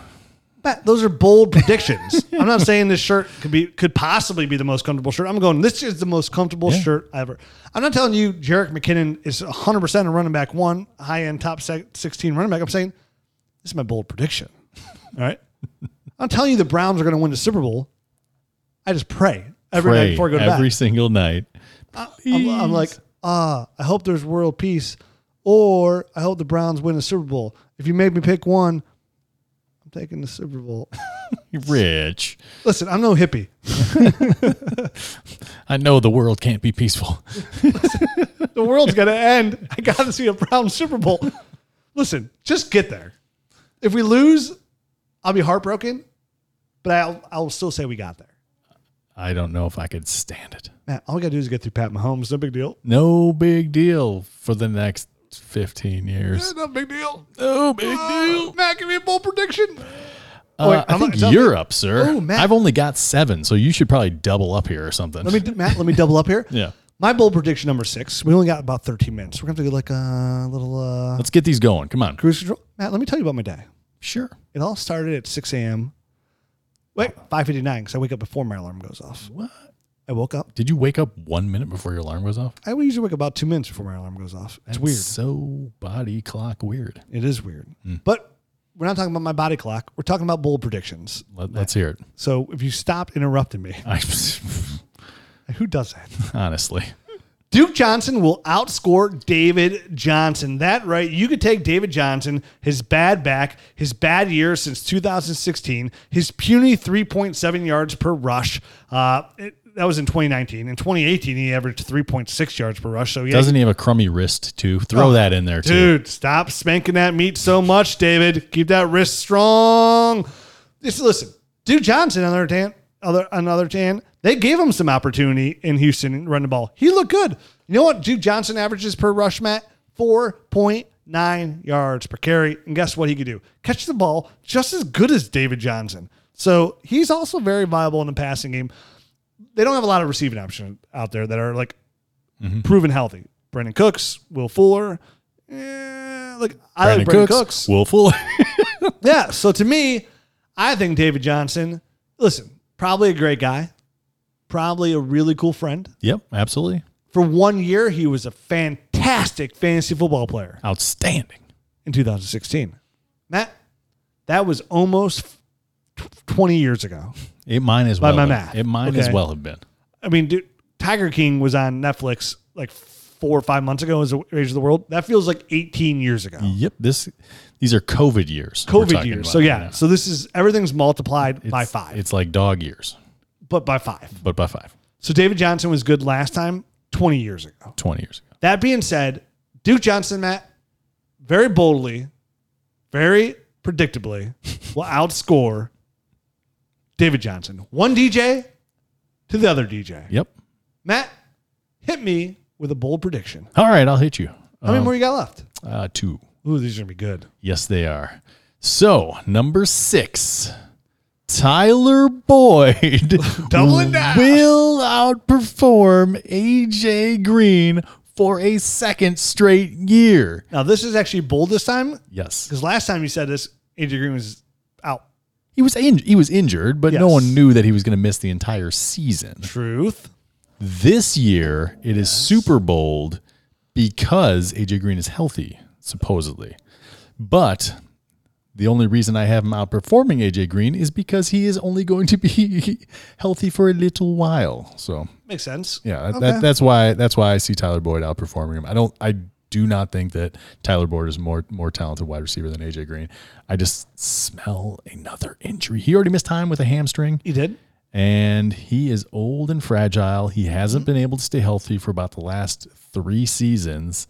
[SPEAKER 2] Matt, those are bold predictions. I'm not saying this shirt could be could possibly be the most comfortable shirt. I'm going. This is the most comfortable
[SPEAKER 3] Yeah.
[SPEAKER 2] shirt ever. I'm not telling you Jarek McKinnon is 100 percent a running back one, high end top se- 16 running back. I'm saying this is my bold prediction. All right, I'm telling you the Browns are going to win the Super Bowl. I just pray every night
[SPEAKER 3] Pray
[SPEAKER 2] before I go to
[SPEAKER 3] every
[SPEAKER 2] bed.
[SPEAKER 3] single night.
[SPEAKER 2] I'm, I'm like, ah, I hope there's world peace, or I hope the Browns win the Super Bowl. If you make me pick one, I'm taking the Super Bowl.
[SPEAKER 3] Rich.
[SPEAKER 2] Listen, I'm no hippie.
[SPEAKER 3] I know the world can't be peaceful.
[SPEAKER 2] The world's gonna end. I gotta see a Brown Super Bowl. Listen, just get there. If we lose, I'll be heartbroken, but I'll I'll still say we got there.
[SPEAKER 3] I don't know if I could stand it.
[SPEAKER 2] Man, all we gotta do is get through Pat Mahomes. No big deal.
[SPEAKER 3] No big deal for the next 15
[SPEAKER 2] Eh,
[SPEAKER 3] years.
[SPEAKER 2] No big deal.
[SPEAKER 3] No big
[SPEAKER 2] Oh, Matt, give me a bold prediction.
[SPEAKER 3] Uh,
[SPEAKER 2] wait,
[SPEAKER 3] I
[SPEAKER 2] I'm-
[SPEAKER 3] think
[SPEAKER 2] it's on
[SPEAKER 3] you're
[SPEAKER 2] me.
[SPEAKER 3] up, sir.
[SPEAKER 2] Oh, Matt.
[SPEAKER 3] I've only got seven, so you should probably double up here or something.
[SPEAKER 2] Let me Matt, let me double up here.
[SPEAKER 3] Yeah.
[SPEAKER 2] My bold prediction number six. We only got about 13 minutes. We're gonna have to do like a little uh,
[SPEAKER 3] Let's get these going. Come on.
[SPEAKER 2] cruise control. Matt, let me tell you about my day.
[SPEAKER 3] Sure.
[SPEAKER 2] It all started at 6 a.m. Wait, 5:59 because I wake up before my alarm goes off.
[SPEAKER 3] What?
[SPEAKER 2] I woke up.
[SPEAKER 3] Did you wake up one minute before your alarm goes off?
[SPEAKER 2] I usually wake up about two minutes before my alarm goes off. It's
[SPEAKER 3] That's
[SPEAKER 2] weird.
[SPEAKER 3] So body clock weird.
[SPEAKER 2] It is weird.
[SPEAKER 3] Hmm.
[SPEAKER 2] But we're not talking about my body clock. We're talking about bold predictions.
[SPEAKER 3] Let, let's hear it.
[SPEAKER 2] So if you stop interrupting me,
[SPEAKER 3] I,
[SPEAKER 2] who does that?
[SPEAKER 3] honestly,
[SPEAKER 2] Duke Johnson will outscore David Johnson. That right. You could take David Johnson, his bad back, his bad year since 2016, his puny 3.7 yards per rush. Uh, it- that was in 2019. In 2018, he averaged 3.6 yards per rush. So yeah,
[SPEAKER 3] doesn't he have a crummy wrist too? Throw that in there too.
[SPEAKER 2] Oh, Dude, stop spanking that meat so much, David. Keep that wrist strong. Just listen, Duke Johnson on the other tan, other on the other tan, they gave him some opportunity in Houston and run the ball. He looked good. You know what Duke Johnson averages per rush, Matt? Four point nine yards per carry. And guess what he could do? Catch the ball just as good as David Johnson. So he's also very viable in the passing game. They don't have a lot of receiving options out there that are like proven healthy. Brandon Cooks, Will Fuller. Eh, look, I like Brandon Cooks.
[SPEAKER 3] Will Fuller.
[SPEAKER 2] Yeah. So to me, I think David Johnson, listen, probably a great guy, probably a really cool friend.
[SPEAKER 3] yep, absolutely
[SPEAKER 2] For one year, he was a fantastic fantasy football player
[SPEAKER 3] outstanding.
[SPEAKER 2] in 2016. Matt, that was almost f- 20 years ago.
[SPEAKER 3] It might as
[SPEAKER 2] By
[SPEAKER 3] well.
[SPEAKER 2] my
[SPEAKER 3] have-
[SPEAKER 2] math.
[SPEAKER 3] It might as
[SPEAKER 2] Okay.
[SPEAKER 3] well have been.
[SPEAKER 2] I mean, dude, Tiger King was on Netflix like four or five months ago as Rage of the World. That feels like 18 years ago.
[SPEAKER 3] Yep. This these are COVID years. we're
[SPEAKER 2] COVID
[SPEAKER 3] talking
[SPEAKER 2] years.
[SPEAKER 3] about
[SPEAKER 2] So
[SPEAKER 3] right
[SPEAKER 2] yeah.
[SPEAKER 3] now.
[SPEAKER 2] So this is everything's multiplied by
[SPEAKER 3] It's-
[SPEAKER 2] five,
[SPEAKER 3] It's like dog years,
[SPEAKER 2] but by five.
[SPEAKER 3] but by five.
[SPEAKER 2] So David Johnson was good last time 20 years ago.
[SPEAKER 3] Twenty years ago.
[SPEAKER 2] That being said, Duke Johnson, Matt, very boldly, very predictably, will outscore David Johnson. One DJ to the other DJ.
[SPEAKER 3] Yep.
[SPEAKER 2] Matt, hit me with a bold prediction.
[SPEAKER 3] All right, I'll hit you.
[SPEAKER 2] How
[SPEAKER 3] Um,
[SPEAKER 2] many more you got left?
[SPEAKER 3] Uh, two.
[SPEAKER 2] Ooh, these are gonna be good.
[SPEAKER 3] Yes, they are. So number six, Tyler Boyd
[SPEAKER 2] Doubling down.
[SPEAKER 3] will outperform AJ Green for a second straight year.
[SPEAKER 2] Now this is actually bold this time
[SPEAKER 3] Yes,
[SPEAKER 2] because last time you said this, AJ Green was out.
[SPEAKER 3] he was in, he was injured, but no
[SPEAKER 2] Yes.
[SPEAKER 3] one knew that he was going to miss the entire season.
[SPEAKER 2] Truth.
[SPEAKER 3] This year, it is super bold because AJ Green is healthy, supposedly. But the only reason I have him outperforming AJ Green is because he is only going to be healthy for a little while. So
[SPEAKER 2] Makes sense.
[SPEAKER 3] yeah, that,
[SPEAKER 2] Okay.
[SPEAKER 3] that, that's why that's why I see Tyler Boyd outperforming him. I don't I do not think that Tyler Boyd is more more talented wide receiver than AJ Green. I just smell another injury. He already missed time with a hamstring
[SPEAKER 2] You did.
[SPEAKER 3] and he is old and fragile. He hasn't been able to stay healthy for about the last three seasons,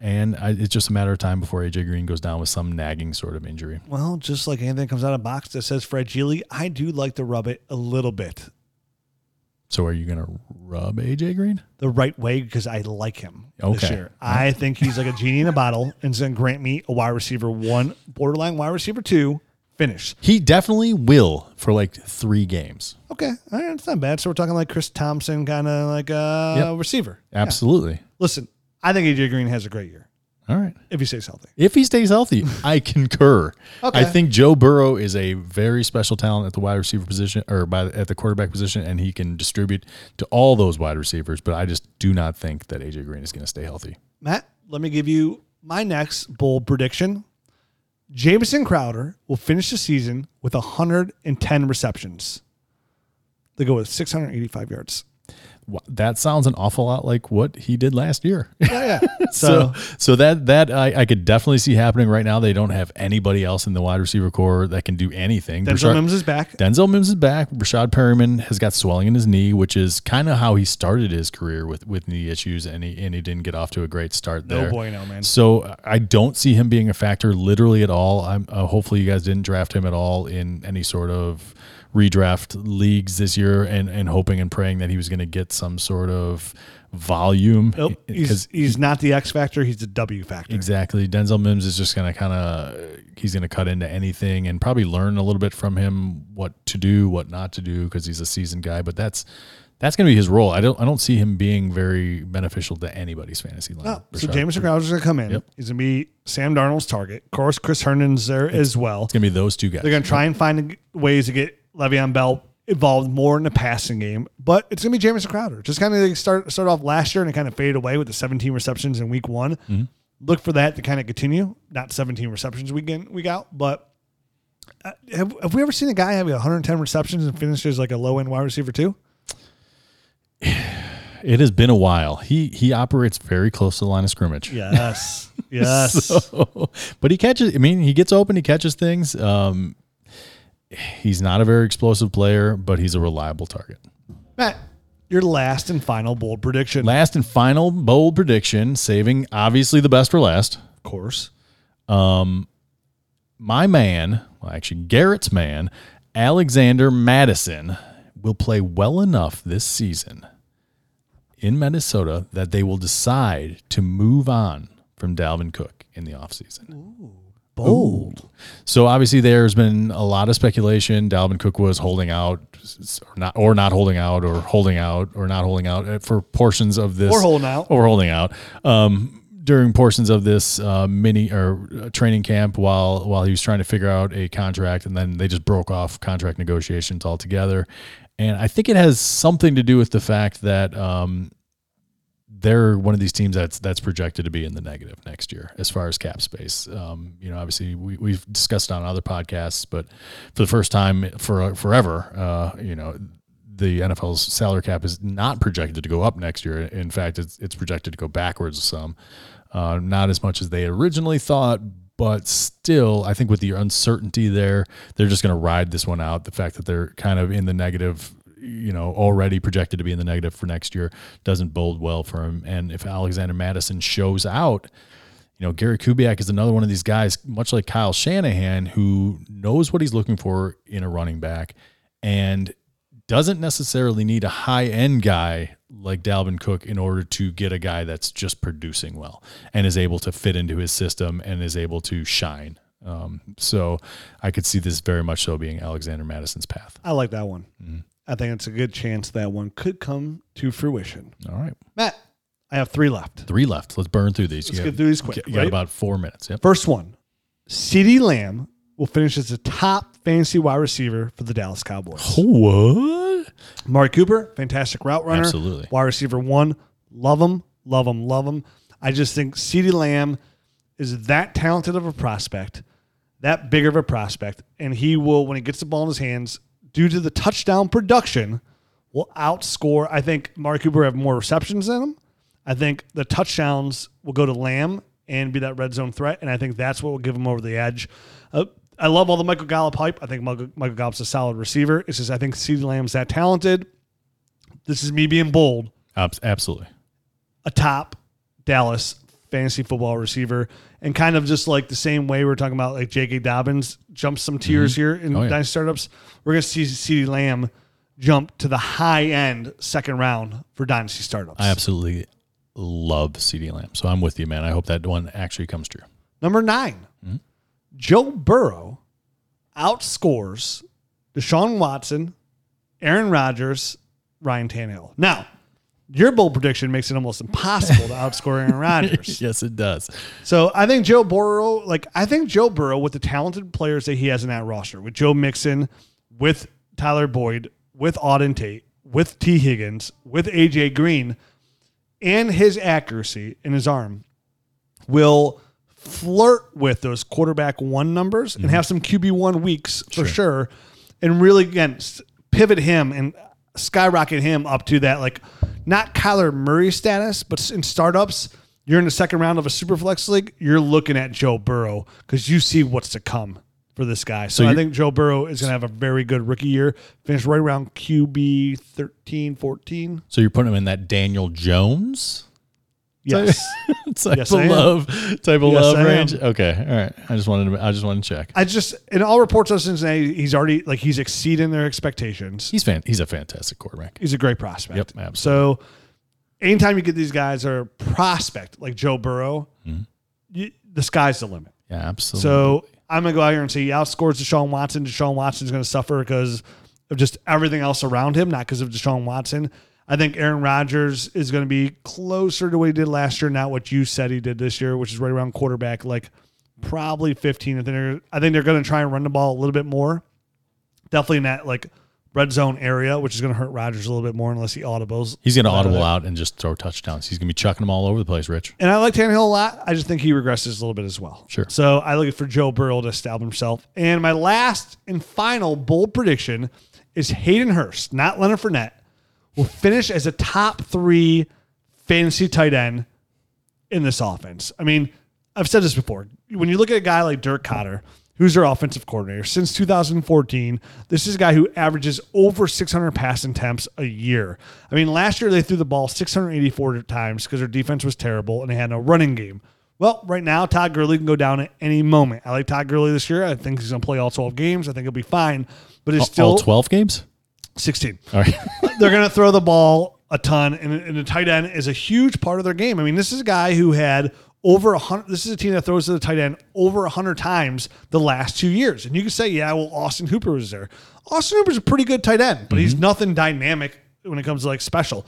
[SPEAKER 3] and I, it's just a matter of time before AJ Green goes down with some nagging sort of injury.
[SPEAKER 2] Well, just like anything that comes out of a box that says fragile, I do like to rub it a little bit
[SPEAKER 3] So, are you going to rub AJ Green?
[SPEAKER 2] the right way because I like him this
[SPEAKER 3] Okay.
[SPEAKER 2] year. I think he's like a genie in a bottle and is going to grant me a wide receiver one, borderline wide receiver two finish.
[SPEAKER 3] He definitely will for like three games.
[SPEAKER 2] Okay, all right, it's not bad. So we're talking like Chris Thompson, kind of like a
[SPEAKER 3] Yep.
[SPEAKER 2] receiver.
[SPEAKER 3] Absolutely.
[SPEAKER 2] Listen, I think AJ Green has a great year
[SPEAKER 3] All right.
[SPEAKER 2] if he stays healthy.
[SPEAKER 3] If he stays healthy, I concur.
[SPEAKER 2] Okay.
[SPEAKER 3] I think Joe Burrow is a very special talent at the wide receiver position or by the, at the quarterback position, and he can distribute to all those wide receivers. But I just do not think that AJ Green is going to stay healthy.
[SPEAKER 2] Matt, let me give you my next bold prediction. Jamison Crowder will finish the season with 110 receptions. They go with 685 yards.
[SPEAKER 3] Wha- That sounds an awful lot like what he did last year.
[SPEAKER 2] Yeah, yeah.
[SPEAKER 3] so,
[SPEAKER 2] So,
[SPEAKER 3] so that that I, I could definitely see happening right now. They don't have anybody else in the wide receiver core that can do anything.
[SPEAKER 2] Denzel
[SPEAKER 3] Rashard-
[SPEAKER 2] Mims is back.
[SPEAKER 3] Denzel Mims is back. Rashad Perryman has got swelling in his knee, which is kind of how he started his career with, with knee issues, and he and he didn't get off to a great start
[SPEAKER 2] No
[SPEAKER 3] there.
[SPEAKER 2] boy, no, man.
[SPEAKER 3] So I don't see him being a factor literally at all. I'm uh, hopefully you guys didn't draft him at all in any sort of redraft leagues this year, and and hoping and praying that he was going to get some sort of volume
[SPEAKER 2] Nope. He's, he's not the X factor. He's the W factor.
[SPEAKER 3] Exactly. Denzel Mims is just going to kind of he's going to cut into anything and probably learn a little bit from him what to do, what not to do because he's a seasoned guy, but that's that's going to be his role. I don't I don't see him being very beneficial to anybody's fantasy line.
[SPEAKER 2] Oh,
[SPEAKER 3] for
[SPEAKER 2] so
[SPEAKER 3] sure.
[SPEAKER 2] Jamison Crowder's going to come in.
[SPEAKER 3] Yep.
[SPEAKER 2] He's going to be Sam Darnold's target. Of course, Chris Herndon's there as well.
[SPEAKER 3] it's going to be those two guys.
[SPEAKER 2] They're going to try and find ways to get Le'Veon Bell involved more in the passing game, but it's going to be Jamison Crowder. Just kind of start start off last year and it kind of faded away with the 17 receptions in week one. Look for that to kind of continue. Not 17 receptions week in week out, but uh, have, have we ever seen a guy have 110 receptions and finishes like a low end wide receiver too?
[SPEAKER 3] It has been a while. He he operates very close to the line of scrimmage.
[SPEAKER 2] Yes, yes.
[SPEAKER 3] So- but he catches. I mean, he gets open. He catches things. Um, he's not a very explosive player, but he's a reliable target.
[SPEAKER 2] Matt, your last and final bold prediction.
[SPEAKER 3] Last and final bold prediction, saving obviously the best for last.
[SPEAKER 2] of course.
[SPEAKER 3] My man, well, actually Garrett's man, Alexander Madison, will play well enough this season in Minnesota that they will decide to move on from Dalvin Cook in the offseason.
[SPEAKER 2] Bold.
[SPEAKER 3] So obviously, there's been a lot of speculation. Dalvin Cook was holding out, or not, or not holding out, or holding out, or not holding out uh, for portions of this,
[SPEAKER 2] Or holding out.
[SPEAKER 3] or holding out um, during portions of this uh, mini or uh, training camp while while he was trying to figure out a contract, and then they just broke off contract negotiations altogether. And I think it has something to do with the fact that um, they're one of these teams that's that's projected to be in the negative next year as far as cap space. Um, you know, obviously we we've discussed it on other podcasts, but for the first time for forever, uh, you know, the NFL's salary cap is not projected to go up next year. In fact, it's it's projected to go backwards some, uh, not as much as they originally thought. But still, I think with the uncertainty there, they're just going to ride this one out. The fact that they're kind of in the negative, you know, already projected to be in the negative for next year doesn't bode well for him. And if Alexander Madison shows out, you know, Gary Kubiak is another one of these guys, much like Kyle Shanahan, who knows what he's looking for in a running back and doesn't necessarily need a high end guy like Dalvin Cook in order to get a guy that's just producing well and is able to fit into his system and is able to shine. Um, so I could see this very much so being Alexander Madison's path.
[SPEAKER 2] I like that one. I think it's a good chance that one could come to fruition.
[SPEAKER 3] All right.
[SPEAKER 2] Matt, I have three left.
[SPEAKER 3] Three left. Let's burn through these.
[SPEAKER 2] Let's
[SPEAKER 3] You
[SPEAKER 2] get
[SPEAKER 3] got-
[SPEAKER 2] through these quick,
[SPEAKER 3] You got
[SPEAKER 2] right?
[SPEAKER 3] about four minutes. Yep.
[SPEAKER 2] First one, CeeDee Lamb will finish as the top fantasy wide receiver for the Dallas Cowboys.
[SPEAKER 3] What?
[SPEAKER 2] Mark Cooper, fantastic route runner.
[SPEAKER 3] Absolutely.
[SPEAKER 2] Wide receiver one. Love him, love him, love him. I just think CeeDee Lamb is that talented of a prospect, that big of a prospect, and he will, when he gets the ball in his hands, due to the touchdown production, will outscore. I think Mark Cooper have more receptions than him. I think the touchdowns will go to Lamb and be that red zone threat, and I think that's what will give him over the edge. Uh, I love all the Michael Gallup hype. I think Michael, Michael Gallup's a solid receiver. It's just I think CeeDee Lamb's that talented. This is me being bold
[SPEAKER 3] Abs- Absolutely.
[SPEAKER 2] a top Dallas fantasy football receiver, and kind of just like the same way we are talking about, like J.K. Dobbins jumps some tiers here in
[SPEAKER 3] Oh, yeah.
[SPEAKER 2] dynasty startups. We're going to see CeeDee Lamb jump to the high end second round for dynasty startups.
[SPEAKER 3] I absolutely love CD Lamb. So I'm with you, man. I hope that one actually comes true.
[SPEAKER 2] Number 9 Joe Burrow outscores Deshaun Watson, Aaron Rodgers, Ryan Tannehill. Now, your bold prediction makes it almost impossible to outscore Aaron Rodgers.
[SPEAKER 3] Yes, it does.
[SPEAKER 2] So I think Joe Burrow, like I think Joe Burrow, with the talented players that he has in that roster, with Joe Mixon, with Tyler Boyd, with Auden Tate, with T. Higgins, with AJ Green, and his accuracy in his arm, will flirt with those quarterback one numbers and have some QB one weeks for Mm-hmm. sure, and really again s- pivot him and skyrocket him up to that like not Kyler Murray status, but s- in startups. You're in the second round of a super flex league. You're looking at Joe Burrow because you see what's to come for this guy. So, I
[SPEAKER 3] you're-
[SPEAKER 2] think Joe Burrow is going to have a very good rookie year. Finish right around QB 13, 14.
[SPEAKER 3] So you're putting him in that Daniel Jones
[SPEAKER 2] Yes.
[SPEAKER 3] type
[SPEAKER 2] Yes, I am.
[SPEAKER 3] of love type of
[SPEAKER 2] Yes, I
[SPEAKER 3] love
[SPEAKER 2] am.
[SPEAKER 3] range. Okay, all right. I just wanted to I just wanted to check.
[SPEAKER 2] I just in all reports of Cincinnati, he's already like he's exceeding their expectations.
[SPEAKER 3] He's fan. He's a fantastic quarterback.
[SPEAKER 2] He's a great prospect.
[SPEAKER 3] Yep, absolutely.
[SPEAKER 2] So anytime you get these guys that are prospect like Joe Burrow,
[SPEAKER 3] Mm-hmm.
[SPEAKER 2] you, the sky's the limit.
[SPEAKER 3] Yeah, absolutely.
[SPEAKER 2] So I'm gonna go out here and say he outscores Deshaun Watson. Deshaun Watson's gonna suffer because of just everything else around him, not because of Deshaun Watson. I think Aaron Rodgers is gonna be closer to what he did last year, not what you said he did this year, which is right around quarterback, like probably 15. I think they're, I think they're gonna try and run the ball a little bit more, definitely in that like red zone area, which is gonna hurt Rodgers a little bit more unless he audibles.
[SPEAKER 3] he's gonna audible
[SPEAKER 2] it.
[SPEAKER 3] out and just throw touchdowns. He's gonna be chucking them all over the place, Rich.
[SPEAKER 2] And I like Tannehill a lot. I just think he regresses a little bit as well.
[SPEAKER 3] Sure.
[SPEAKER 2] So I look for Joe Burrow to establish himself. And my last and final bold prediction is Hayden Hurst, not Leonard Fournette, will finish as a top three fantasy tight end in this offense. I mean, I've said this before. When you look at a guy like Dirk Cotter, who's their offensive coordinator since 2014, this is a guy who averages over 600 pass attempts a year. I mean, last year they threw the ball 684 times because their defense was terrible and they had no running game. Well, right now, Todd Gurley can go down at any moment. I like Todd Gurley this year. I think he's going to play all 12 games. I think he'll be fine, but it's still
[SPEAKER 3] all twelve games.
[SPEAKER 2] 16
[SPEAKER 3] All right.
[SPEAKER 2] they're going to throw the ball a ton, and, and the tight end is a huge part of their game. I mean, this is a guy who had over a hundred. This is a team that throws to the tight end over a hundred times the last two years, and you can say, yeah, well, Austin Hooper was there. Austin Hooper's a pretty good tight end, but he's nothing dynamic when it comes to like special.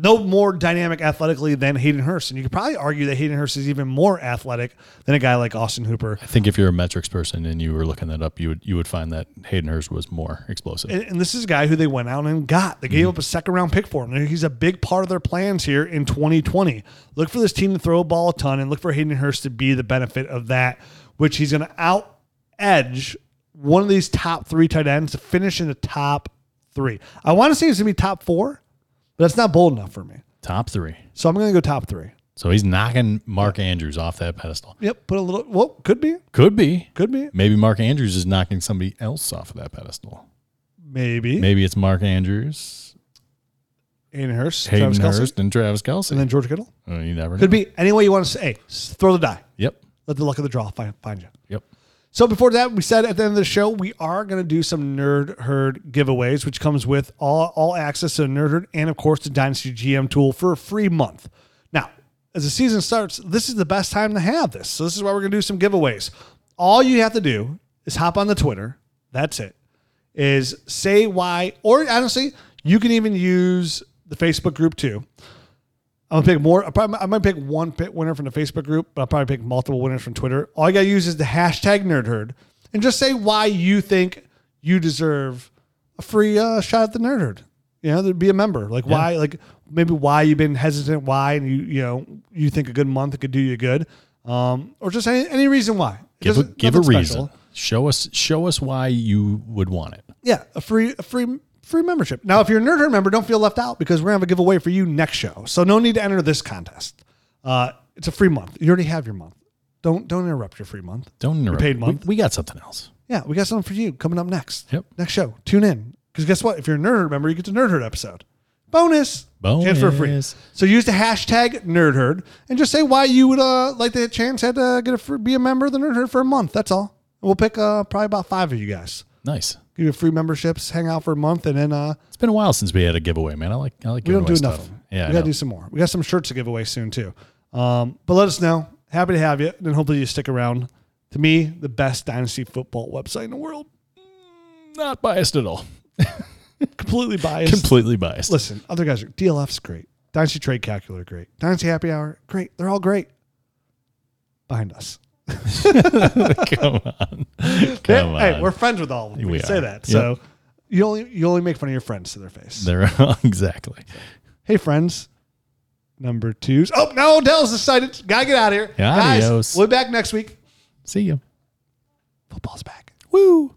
[SPEAKER 2] No more dynamic athletically than Hayden Hurst, and you could probably argue that Hayden Hurst is even more athletic than a guy like Austin Hooper.
[SPEAKER 3] I think if you're a metrics person and you were looking that up, you would you would find that Hayden Hurst was more explosive.
[SPEAKER 2] and, and this is a guy who they went out and got. They gave up a second round pick for him. He's a big part of their plans here in 2020. Look for this team to throw a ball a ton and look for Hayden Hurst to be the benefit of that, which he's going to out edge one of these top three tight ends to finish in the top three. I want to say it's going to be top four, but that's not bold enough for me.
[SPEAKER 3] Top three.
[SPEAKER 2] So I'm going to go top three.
[SPEAKER 3] So he's knocking Mark Andrews off that pedestal.
[SPEAKER 2] Yep. Put a little, well, could be,
[SPEAKER 3] Could be.
[SPEAKER 2] could be,
[SPEAKER 3] Maybe Mark Andrews is knocking somebody else off of that pedestal.
[SPEAKER 2] maybe.
[SPEAKER 3] Maybe it's Mark Andrews,
[SPEAKER 2] Hayden Hurst,
[SPEAKER 3] Hayden
[SPEAKER 2] Travis Kelce,
[SPEAKER 3] Hurst, and Travis Kelsey.
[SPEAKER 2] and then George Kittle.
[SPEAKER 3] Uh, you never
[SPEAKER 2] Could
[SPEAKER 3] know.
[SPEAKER 2] be any way you want to say. Hey, s- throw the die.
[SPEAKER 3] Yep.
[SPEAKER 2] Let the luck of the draw find, find you.
[SPEAKER 3] Yep.
[SPEAKER 2] So before that, we said at the end of the show we are going to do some Nerd Herd giveaways, which comes with all all access to Nerd Herd and of course the Dynasty GM tool for a free month. Now, as the season starts, this is the best time to have this. So this is why we're going to do some giveaways. All you have to do is hop on the Twitter. That's it. Is say why, or honestly, you can even use the Facebook group too. I'm gonna pick more. I, probably, I might pick one pit winner from the Facebook group, but I'll probably pick multiple winners from Twitter. All you gotta use is the hashtag NerdHerd and just say why you think you deserve a free uh, shot at the Nerd Herd. You know, there'd be a member. Like why? Like maybe why you've been hesitant? Why and you you know you think a good month could do you good, um, or just any, any reason why. It
[SPEAKER 3] Give a,
[SPEAKER 2] doesn't-
[SPEAKER 3] give a
[SPEAKER 2] nothing
[SPEAKER 3] reason.
[SPEAKER 2] special.
[SPEAKER 3] Show us show us why you would want it.
[SPEAKER 2] Yeah, a free a free free membership. Now, if you're a Nerd Herd member, don't feel left out because we're gonna have a giveaway for you next show. So no need to enter this contest. Uh, it's a free month. You already have your month. Don't don't interrupt your free month.
[SPEAKER 3] Don't interrupt.
[SPEAKER 2] paid
[SPEAKER 3] We-
[SPEAKER 2] month.
[SPEAKER 3] We, got something else.
[SPEAKER 2] Yeah, we got something for you coming up next.
[SPEAKER 3] Yep.
[SPEAKER 2] Next show. Tune in because guess what? If you're a Nerd Herd member, you get the Nerd Herd episode. Bonus. Chance for free.
[SPEAKER 3] Bonus.
[SPEAKER 2] So use the hashtag NerdHerd and just say why you would uh, like the chance had to get a free, be a member of the Nerd Herd for a month. That's all. We'll pick uh, probably about five of you guys.
[SPEAKER 3] Nice.
[SPEAKER 2] Give you free memberships, hang out for a month, and then uh,
[SPEAKER 3] It's been a while since we had a giveaway, man. I like I like
[SPEAKER 2] we don't
[SPEAKER 3] giveaway
[SPEAKER 2] do
[SPEAKER 3] stuff.
[SPEAKER 2] enough.
[SPEAKER 3] Yeah. I
[SPEAKER 2] we got
[SPEAKER 3] know.
[SPEAKER 2] to do some more. We got some shirts to give away soon too. Um, but let us know. Happy to have you, and hopefully you stick around. To me, the best dynasty football website in the world.
[SPEAKER 3] Not biased at all.
[SPEAKER 2] Completely biased.
[SPEAKER 3] Completely biased.
[SPEAKER 2] Listen, other guys are DLF's great. Dynasty Trade Calculator great. Dynasty Happy Hour great. They're all great. Behind us.
[SPEAKER 3] Come on. Come on.
[SPEAKER 2] hey, we're friends with all of them. We,
[SPEAKER 3] We
[SPEAKER 2] can say
[SPEAKER 3] are.
[SPEAKER 2] that.
[SPEAKER 3] Yep.
[SPEAKER 2] So you only you only make fun of your friends to their face.
[SPEAKER 3] They're exactly.
[SPEAKER 2] Hey friends. Number twos. Oh, now Odell's decided. Gotta get out of here. Guys,
[SPEAKER 3] Adios.
[SPEAKER 2] we'll be back next week.
[SPEAKER 3] See you.
[SPEAKER 2] Football's back.
[SPEAKER 3] Woo.